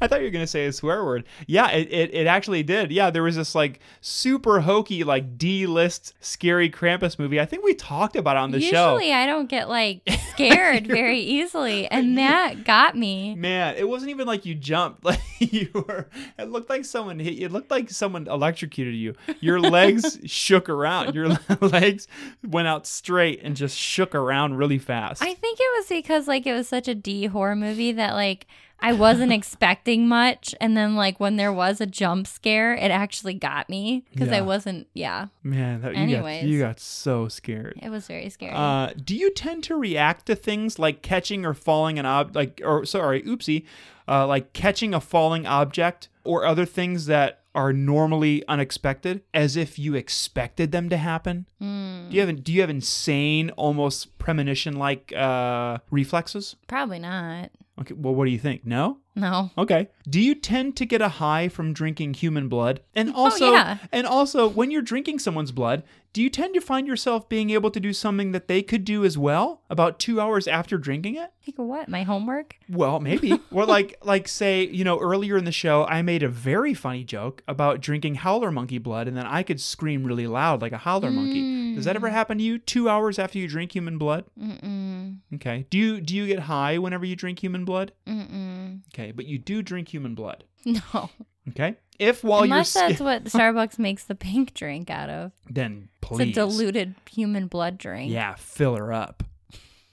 Speaker 1: I thought you were gonna say a swear word. Yeah, it, it, it actually did. Yeah, there was this like super hokey, like D list scary Krampus movie. I think we talked about it on the show.
Speaker 2: usually, I don't get like scared very easily, and that got me.
Speaker 1: Man, it wasn't even like you jumped. Like you were. It looked like someone hit you. It looked like someone electrocuted you. Your legs shook around. Your legs went out straight and just shook around really fast.
Speaker 2: I think it was because like it was such a D horror movie that like I wasn't expecting much, and then like when there was a jump scare, it actually got me because
Speaker 1: Yeah.
Speaker 2: I wasn't. Yeah,
Speaker 1: Man, that, you got
Speaker 2: Anyways.
Speaker 1: you got so scared.
Speaker 2: it was very scary.
Speaker 1: Uh, do you tend to react to things like catching or falling an ob like or sorry, oopsie, uh, like catching a falling object or other things that are normally unexpected, as if you expected them to happen. Do you have do you have insane, almost premonition like uh, reflexes?
Speaker 2: Probably not.
Speaker 1: Okay, well, what do you think? No.
Speaker 2: No.
Speaker 1: Okay. Do you tend to get a high from drinking human blood? And also
Speaker 2: Oh, yeah.
Speaker 1: and also when you're drinking someone's blood, do you tend to find yourself being able to do something that they could do as well about 2 hours after drinking it?
Speaker 2: Like what? My homework?
Speaker 1: Well, maybe. or like like say, you know, earlier in the show I made a very funny joke about drinking howler monkey blood and then I could scream really loud like a howler monkey. Does
Speaker 2: Mm.
Speaker 1: that ever happen to you 2 hours after you drink human blood?
Speaker 2: Mm-mm.
Speaker 1: Okay. Do you do you get high whenever you drink human blood?
Speaker 2: Mm-mm.
Speaker 1: Okay, but you do drink human blood.
Speaker 2: No.
Speaker 1: Okay. If while
Speaker 2: Unless
Speaker 1: Oh, you're
Speaker 2: that's what Starbucks makes the pink drink out of.
Speaker 1: then
Speaker 2: It's a
Speaker 1: please
Speaker 2: diluted human blood drink.
Speaker 1: Yeah, fill her up.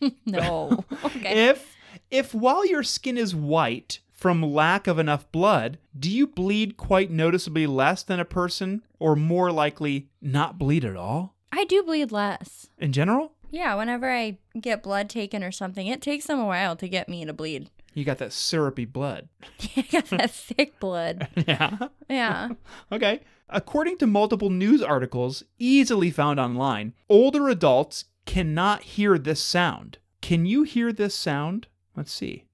Speaker 2: No. Okay.
Speaker 1: If if while your skin is white from lack of enough blood, do you bleed quite noticeably less than a person or more likely not bleed at all
Speaker 2: I do bleed less.
Speaker 1: in general?
Speaker 2: Yeah, whenever I get blood taken or something, it takes them a while to get me to bleed.
Speaker 1: You got that syrupy blood.
Speaker 2: I got that thick blood.
Speaker 1: yeah.
Speaker 2: Yeah.
Speaker 1: Okay. According to multiple news articles easily found online, older adults cannot hear this sound. Can you hear this sound? Let's see.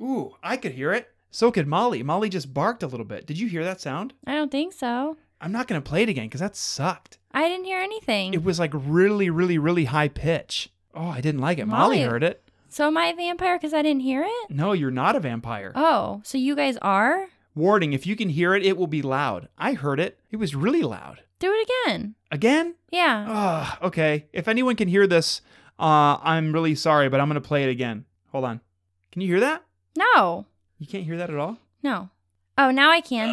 Speaker 1: Ooh, I could hear it. So could Molly. Molly just barked a little bit. Did you hear that sound?
Speaker 2: I don't think so.
Speaker 1: I'm not going to play it again because that sucked.
Speaker 2: I didn't hear anything.
Speaker 1: It was like really, really, really high pitch. Oh, I didn't like it. Molly,
Speaker 2: Molly-
Speaker 1: heard it.
Speaker 2: so am I a vampire because I didn't hear it?
Speaker 1: No, you're not a vampire.
Speaker 2: Oh, so you guys are?
Speaker 1: Warning if you can hear it, it will be loud. I heard it. It was really loud.
Speaker 2: Do it again.
Speaker 1: Again?
Speaker 2: Yeah.
Speaker 1: Ugh, Ah, okay. If anyone can hear this, uh, I'm really sorry, but I'm gonna play it again. Hold on. Can you hear that?
Speaker 2: No.
Speaker 1: You can't hear that at all.
Speaker 2: No. Oh, now I can.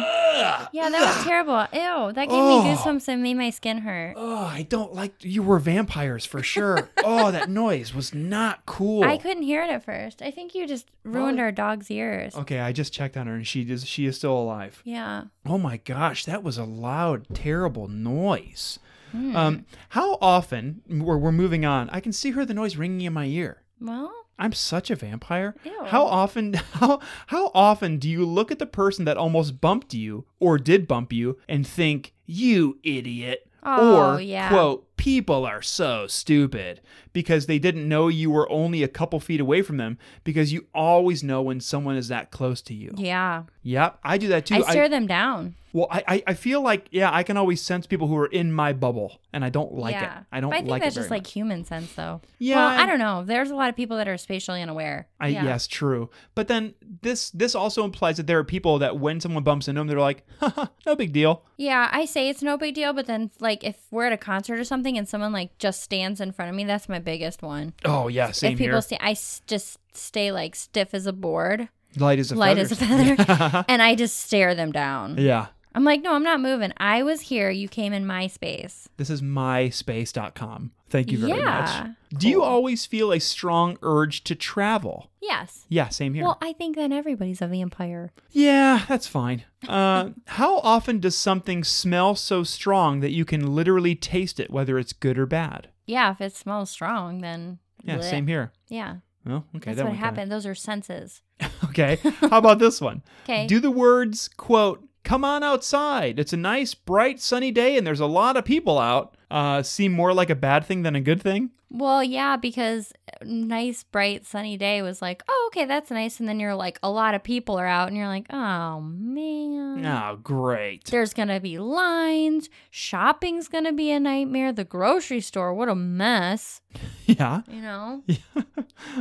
Speaker 2: Yeah, that was terrible. Ew, that gave
Speaker 1: Oh.
Speaker 2: me goosebumps and made my skin hurt.
Speaker 1: Oh, I don't like. You were vampires for sure. oh, that noise was not cool.
Speaker 2: I couldn't hear it at first. I think you just ruined our dog's ears.
Speaker 1: Okay, I just checked on her, and she is she is still alive.
Speaker 2: Yeah.
Speaker 1: Oh my gosh, that was a loud, terrible noise.
Speaker 2: Hmm.
Speaker 1: Um, how often? We're we're moving on. I can see her the noise ringing in my ear.
Speaker 2: Well,
Speaker 1: I'm such a vampire.
Speaker 2: Ew.
Speaker 1: How often how how often do you look at the person that almost bumped you or did bump you and think, "You idiot."
Speaker 2: Oh,
Speaker 1: or
Speaker 2: yeah.
Speaker 1: quote, "People are so stupid" because they didn't know you were only a couple feet away from them because you always know when someone is that close to you.
Speaker 2: yeah.
Speaker 1: Yep, I do that too.
Speaker 2: I stare them down.
Speaker 1: well, I, I I feel like yeah, I can always sense people who are in my bubble and I don't like
Speaker 2: yeah.
Speaker 1: it. I don't
Speaker 2: But I think
Speaker 1: like
Speaker 2: that's
Speaker 1: it
Speaker 2: just
Speaker 1: very
Speaker 2: like human sense, though.
Speaker 1: Yeah,
Speaker 2: Well,
Speaker 1: and-
Speaker 2: I don't know. There's a lot of people that are spatially unaware.
Speaker 1: I,
Speaker 2: yeah.
Speaker 1: Yes, true. But then this this also implies that there are people that when someone bumps into them, they're like, Haha, no big deal.
Speaker 2: Yeah, I say it's no big deal, but then like if we're at a concert or something and someone like just stands in front of me, that's my biggest one.
Speaker 1: Oh yeah, same
Speaker 2: if people
Speaker 1: here.
Speaker 2: stay, I s- just stay like stiff as a board,
Speaker 1: light as a
Speaker 2: light
Speaker 1: feather.
Speaker 2: as a feather, and I just stare them down.
Speaker 1: yeah,
Speaker 2: I'm like, no, I'm not moving. I was here. You came in my space.
Speaker 1: this is myspace.com. Thank you very
Speaker 2: Yeah,
Speaker 1: much. Do you always feel a strong urge to travel?
Speaker 2: Yes.
Speaker 1: Yeah, same here.
Speaker 2: Well, I think then everybody's a vampire.
Speaker 1: yeah, that's fine. Uh, how often does something smell so strong that you can literally taste it, whether it's good or bad?
Speaker 2: Yeah, if it smells strong, then
Speaker 1: Yeah,
Speaker 2: bleh.
Speaker 1: same here.
Speaker 2: Yeah,
Speaker 1: Well, okay,
Speaker 2: that's
Speaker 1: that
Speaker 2: what
Speaker 1: one kinda-
Speaker 2: happened. Those are senses.
Speaker 1: Okay. How about this one?
Speaker 2: 'Kay.
Speaker 1: Do the words, quote, come on outside. It's a nice, bright, sunny day and there's a lot of people out uh, seem more like a bad thing than a good thing?
Speaker 2: Well, yeah, because uh, nice, bright, sunny day was like, oh, okay, that's nice. And then you're like, a lot of people are out, and you're like, oh man,
Speaker 1: Oh, great.
Speaker 2: there's gonna be lines. Shopping's gonna be a nightmare. The grocery store, what a mess.
Speaker 1: Yeah.
Speaker 2: You know?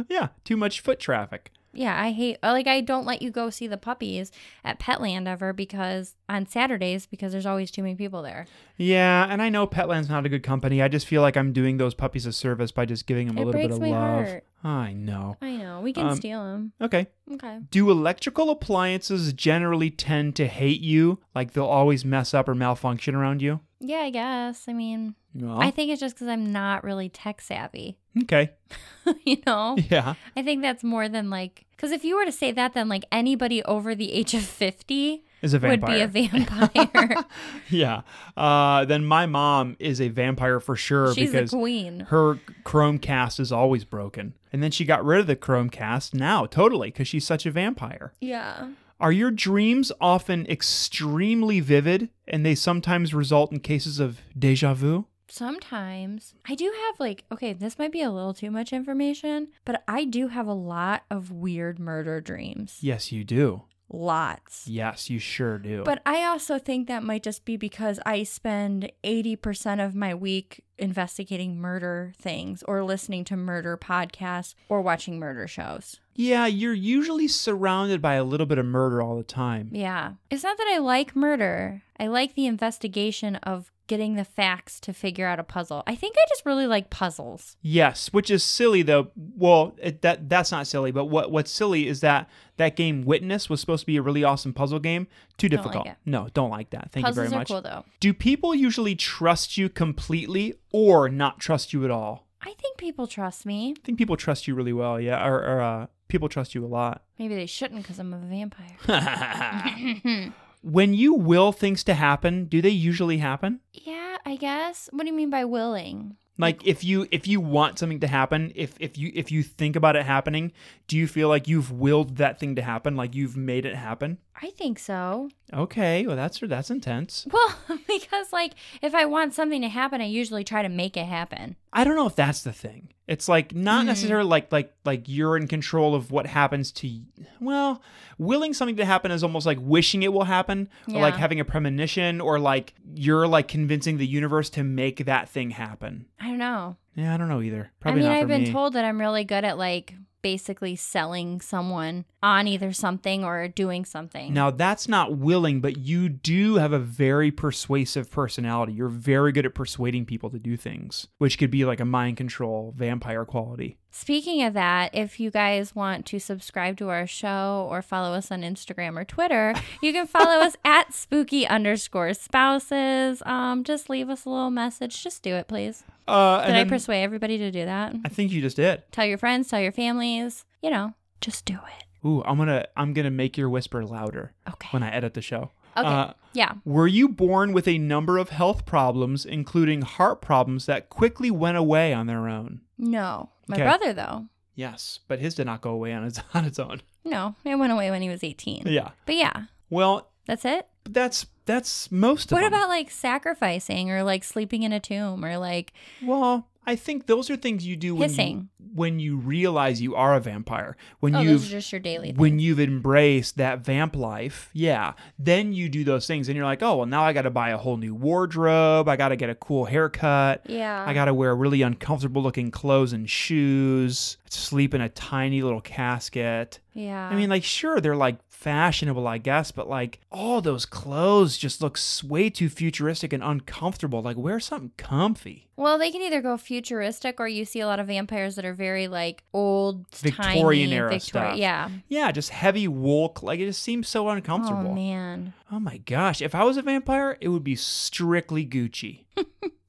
Speaker 1: Yeah. Too much foot traffic.
Speaker 2: Yeah, I hate uh, like I don't let you go see the puppies at Petland ever because on Saturdays because there's always too many people there.
Speaker 1: Yeah. And I know Petland's not a good company. I just feel like I'm doing those puppies a service by just giving them a
Speaker 2: It
Speaker 1: little bit
Speaker 2: breaks
Speaker 1: of
Speaker 2: my
Speaker 1: love.
Speaker 2: heart.
Speaker 1: I know.
Speaker 2: I know we can
Speaker 1: Um,
Speaker 2: steal them.
Speaker 1: Okay.
Speaker 2: Okay.
Speaker 1: Do electrical appliances generally tend to hate you? Like they'll always mess up or malfunction around you?
Speaker 2: Yeah, I guess. I mean,
Speaker 1: No.
Speaker 2: I think it's just because I'm not really tech savvy.
Speaker 1: okay.
Speaker 2: you know,
Speaker 1: Yeah.
Speaker 2: I think that's more than like because if you were to say that, then like anybody over the age of fifty
Speaker 1: Is a
Speaker 2: would be a vampire.
Speaker 1: Yeah. Uh, then my mom is a vampire for sure
Speaker 2: She's the
Speaker 1: because
Speaker 2: queen.
Speaker 1: her Chromecast is always broken. And then she got rid of the Chromecast now, totally, because she's such a vampire.
Speaker 2: Yeah.
Speaker 1: Are your dreams often extremely vivid and they sometimes result in cases of deja vu?
Speaker 2: Sometimes I do have like, okay, this might be a little too much information, but I do have a lot of weird murder dreams.
Speaker 1: Yes, you do.
Speaker 2: Lots.
Speaker 1: Yes, you sure do.
Speaker 2: But I also think that might just be because I spend 80% of my week investigating murder things or listening to murder podcasts or watching murder shows.
Speaker 1: yeah, you're usually surrounded by a little bit of murder all the time.
Speaker 2: Yeah. It's not that I like murder, I like the investigation of getting the facts to figure out a puzzle. I think I just really like puzzles.
Speaker 1: Yes, which is silly though. Well, it, that that's not silly, but what what's silly is that that game Witness was supposed to be a really awesome puzzle game. Too
Speaker 2: Don't like
Speaker 1: difficult.
Speaker 2: it.
Speaker 1: No, don't like that. Thank
Speaker 2: puzzles
Speaker 1: you very much.
Speaker 2: are cool though.
Speaker 1: Do people usually trust you completely or not trust you at all?
Speaker 2: I think people trust me.
Speaker 1: I think people trust you really well. Yeah, or, or uh, people trust you a lot.
Speaker 2: Maybe they shouldn't because I'm a vampire.
Speaker 1: When you will things to happen, do they usually happen?
Speaker 2: yeah, I guess. What do you mean by willing?
Speaker 1: Like if you if you want something to happen, if if you if you think about it happening, do you feel like you've willed that thing to happen, like you've made it happen?
Speaker 2: I think so.
Speaker 1: Okay, well that's that's intense.
Speaker 2: Well, because like if I want something to happen, I usually try to make it happen.
Speaker 1: I don't know if that's the thing. It's like not
Speaker 2: Mm-hmm.
Speaker 1: necessarily like like like you're in control of what happens to y- well, willing something to happen is almost like wishing it will happen, or like
Speaker 2: Yeah.
Speaker 1: having a premonition or like you're like convincing the universe to make that thing happen.
Speaker 2: I don't know.
Speaker 1: Yeah, I don't know either. Probably
Speaker 2: I mean,
Speaker 1: not
Speaker 2: I've
Speaker 1: for
Speaker 2: been
Speaker 1: me.
Speaker 2: told that I'm really good at like basically selling someone on either something or doing something.
Speaker 1: Now that's not willing, but you do have a very persuasive personality. You're very good at persuading people to do things, which could be like a mind control vampire quality.
Speaker 2: Speaking of that, if you guys want to subscribe to our show or follow us on Instagram or Twitter, you can follow us at spooky underscore spouses. Um, just leave us a little message. Just do it, please.
Speaker 1: Uh,
Speaker 2: Did
Speaker 1: and
Speaker 2: I
Speaker 1: then-
Speaker 2: persuade everybody to do that?
Speaker 1: I think you just did.
Speaker 2: Tell your friends, tell your families, you know, just do it.
Speaker 1: Ooh, I'm gonna I'm gonna make your whisper louder
Speaker 2: Okay.
Speaker 1: when I edit the show.
Speaker 2: Okay.
Speaker 1: Uh,
Speaker 2: yeah.
Speaker 1: were you born with a number of health problems, including heart problems that quickly went away on their own?
Speaker 2: No. My
Speaker 1: okay.
Speaker 2: brother, though.
Speaker 1: Yes, but his did not go away on its on its own.
Speaker 2: No, it went away when he was 18.
Speaker 1: Yeah.
Speaker 2: But yeah,
Speaker 1: Well,
Speaker 2: that's it.
Speaker 1: that's that's most of
Speaker 2: What
Speaker 1: them.
Speaker 2: about like sacrificing or like sleeping in a tomb or like,
Speaker 1: Well, I think those are things you do when you,
Speaker 2: Hissing.
Speaker 1: when you realize you are a vampire. When
Speaker 2: oh,
Speaker 1: you've
Speaker 2: those are just your daily things.
Speaker 1: when you've embraced that vamp life, yeah, then you do those things and you're like, "Oh, well now I got to buy a whole new wardrobe. I got to get a cool haircut.
Speaker 2: Yeah.
Speaker 1: I got to wear really uncomfortable looking clothes and shoes. Sleep in a tiny little casket."
Speaker 2: yeah.
Speaker 1: I mean, like, sure, they're like fashionable, I guess, but like all those clothes just look s- way too futuristic and uncomfortable. Like, wear something comfy.
Speaker 2: Well, they can either go futuristic, or you see a lot of vampires that are very like old
Speaker 1: Victorian
Speaker 2: timey,
Speaker 1: era
Speaker 2: Victori-
Speaker 1: stuff.
Speaker 2: Yeah.
Speaker 1: Yeah, just heavy wool. cl- Like it just seems so uncomfortable.
Speaker 2: Oh man.
Speaker 1: Oh my gosh. If I was a vampire, it would be strictly Gucci.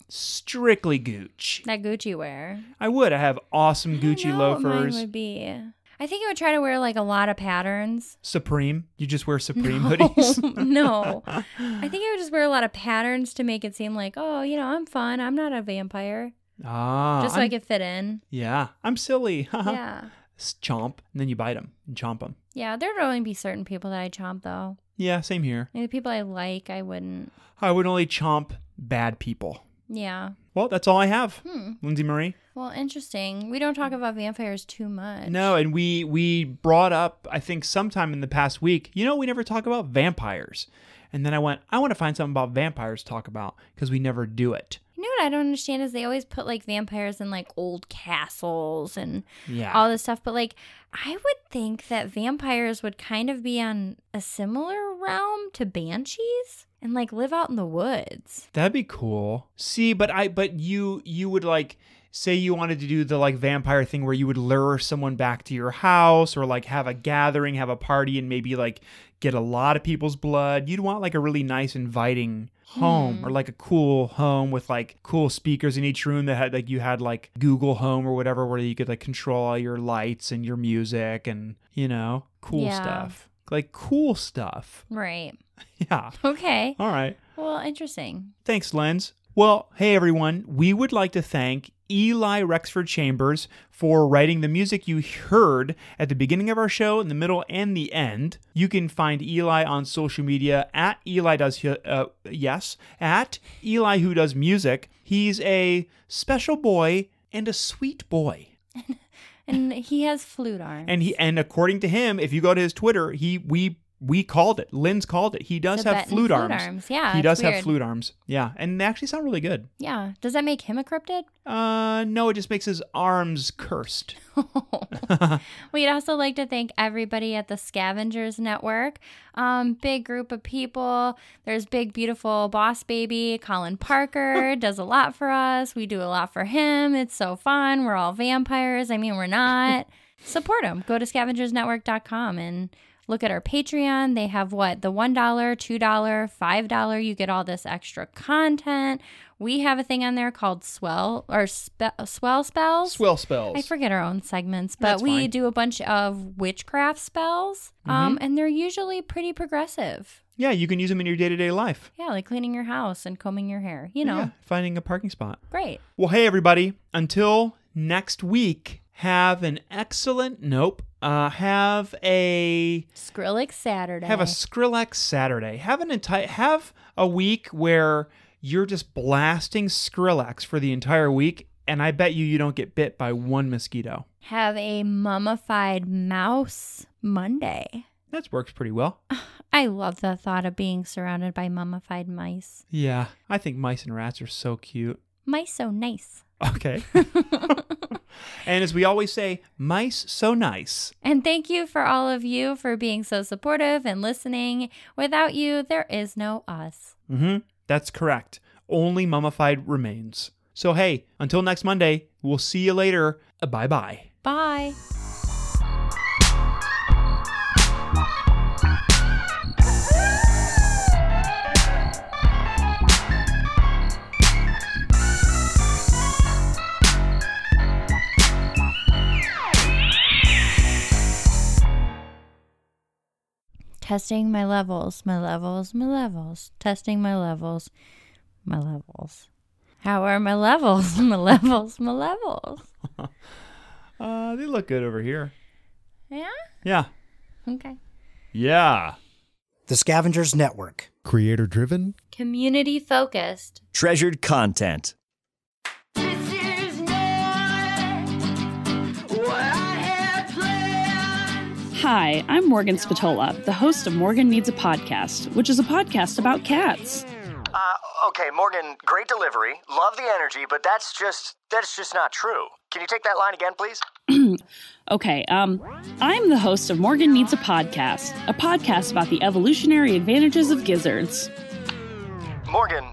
Speaker 1: strictly Gucci.
Speaker 2: That Gucci wear.
Speaker 1: I would. I have awesome Gucci
Speaker 2: I don't know what mine
Speaker 1: loafers.
Speaker 2: would be. I think I would try to wear like a lot of patterns. Oh,
Speaker 1: Supreme. You just wear Supreme hoodies.
Speaker 2: no. I think I would just wear a lot of patterns to make it seem like, oh, you know, I'm fun. I'm not a vampire.
Speaker 1: ah.
Speaker 2: Just so
Speaker 1: I'm- Uh-huh.
Speaker 2: I could fit in.
Speaker 1: Yeah. I'm silly.
Speaker 2: yeah.
Speaker 1: S- Chomp. And then you bite them and chomp them.
Speaker 2: Yeah. There'd only be certain people that I chomp though.
Speaker 1: Yeah, same here.
Speaker 2: I mean, the people I like, I wouldn't.
Speaker 1: I would only chomp bad people.
Speaker 2: Yeah.
Speaker 1: Well, that's all I have.
Speaker 2: Hmm.
Speaker 1: Lindsay Marie.
Speaker 2: Well, interesting. We don't talk about vampires too much.
Speaker 1: No, and we we brought up I think sometime in the past week. You know, we never talk about vampires. And then I went, I want to find something about vampires to talk about because we never do it.
Speaker 2: You know what I don't understand is they always put like vampires in like old castles and
Speaker 1: Yeah.
Speaker 2: all this stuff, but like I would think that vampires would kind of be on a similar realm to banshees and like live out in the woods.
Speaker 1: That'd be cool. See, but I but you you would like say you wanted to do the like vampire thing where you would lure someone back to your house or like have a gathering, have a party and maybe like get a lot of people's blood. You'd want like a really nice inviting home or like a cool home with like cool speakers in each room that had like you had like Google Home or whatever where you could like control all your lights and your music and you know, cool
Speaker 2: Yeah.
Speaker 1: stuff. Like cool stuff.
Speaker 2: Right.
Speaker 1: Yeah.
Speaker 2: Okay.
Speaker 1: All right.
Speaker 2: Well, interesting.
Speaker 1: Thanks, Lens. Well, hey everyone, we would like to thank Eli Rexford Chambers for writing the music you heard at the beginning of our show, in the middle, and the end. You can find Eli on social media at Eli Does Hu- uh, Yes at Eli Who Does Music. He's a special boy and a sweet boy.
Speaker 2: And he has flute arms.
Speaker 1: And he and according to him, if you go to his Twitter, he we we called it. Lynn's called it. He does have
Speaker 2: Tibetan
Speaker 1: flute,
Speaker 2: flute
Speaker 1: arms.
Speaker 2: arms. Yeah,
Speaker 1: he
Speaker 2: it's
Speaker 1: does have
Speaker 2: weird.
Speaker 1: flute arms. Yeah, and they actually sound really good.
Speaker 2: yeah. Does that make him a cryptid?
Speaker 1: Uh, no, it just makes his arms cursed.
Speaker 2: We'd also like to thank everybody at the Scavengers Network. Um, big group of people. There's big, beautiful boss baby. Colin Parker does a lot for us. We do a lot for him. It's so fun. We're all vampires. I mean, we're not. Support him. Go to scavengersnetwork.com and look at our Patreon. They have what? The $1, $2, $5. You get all this extra content. We have a thing on there called Swell or spe- Swell Spells.
Speaker 1: Swell spells.
Speaker 2: I forget our own segments, but
Speaker 1: That's
Speaker 2: we
Speaker 1: fine. Mm-hmm.
Speaker 2: do a bunch of witchcraft spells, um, and they're usually pretty progressive.
Speaker 1: yeah, you can use them in your day to day life.
Speaker 2: Yeah, like cleaning your house and combing your hair. You know,
Speaker 1: Yeah, finding a parking spot.
Speaker 2: great.
Speaker 1: Well, hey everybody. Until next week, have an excellent. Nope. Uh, have a
Speaker 2: Skrillex Saturday.
Speaker 1: Have a Skrillex Saturday. Have an entire have a week where you're just blasting Skrillex for the entire week, and I bet you you don't get bit by one mosquito.
Speaker 2: Have a mummified mouse Monday.
Speaker 1: That works pretty well.
Speaker 2: I love the thought of being surrounded by mummified mice.
Speaker 1: Yeah, I think mice and rats are so cute.
Speaker 2: Mice so nice.
Speaker 1: Okay. and as we always say, mice so nice.
Speaker 2: And thank you for all of you for being so supportive and listening. Without you, there is no us.
Speaker 1: Mm-hmm. That's correct. Only mummified remains. So hey, until next Monday, we'll see you later. Bye bye.
Speaker 2: Bye. Testing my levels, my levels, my levels. Testing my levels, my levels. How are my levels, my levels, my levels?
Speaker 1: Uh, they look good over here.
Speaker 2: Yeah?
Speaker 1: Yeah.
Speaker 2: Okay.
Speaker 1: Yeah.
Speaker 3: The Scavengers Network.
Speaker 8: Creator driven.
Speaker 2: Community focused.
Speaker 3: Treasured content.
Speaker 9: This is not what I had planned.
Speaker 10: Hi, I'm Morgan Spatola, the host of Morgan Needs a Podcast, which is a podcast about cats.
Speaker 3: Uh, okay, Morgan, great delivery. Love the energy, but that's just that's just not true. Can you take that line again, please?
Speaker 10: Okay, um, I'm the host of Morgan Needs a Podcast, a podcast about the evolutionary advantages of gizzards.
Speaker 3: Morgan,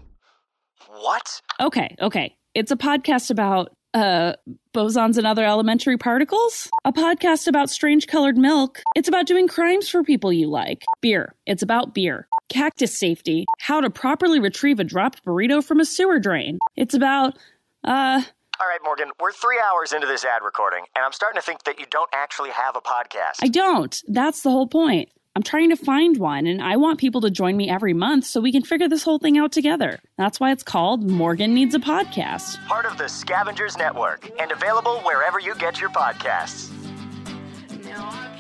Speaker 3: what?
Speaker 10: Okay, okay. It's a podcast about uh bosons and other elementary particles, a podcast about strange colored milk. It's about doing crimes for people you like. Beer. It's about beer. Cactus safety, how to properly retrieve a dropped burrito from a sewer drain. It's about uh
Speaker 3: All right, Morgan, we're three hours into this ad recording, and I'm starting to think that you don't actually have a podcast.
Speaker 10: I don't. That's the whole point. I'm trying to find one, and I want people to join me every month so we can figure this whole thing out together. That's why it's called Morgan Needs a Podcast.
Speaker 3: Part of the Scavengers Network, and available wherever you get your podcasts.
Speaker 9: Now I'm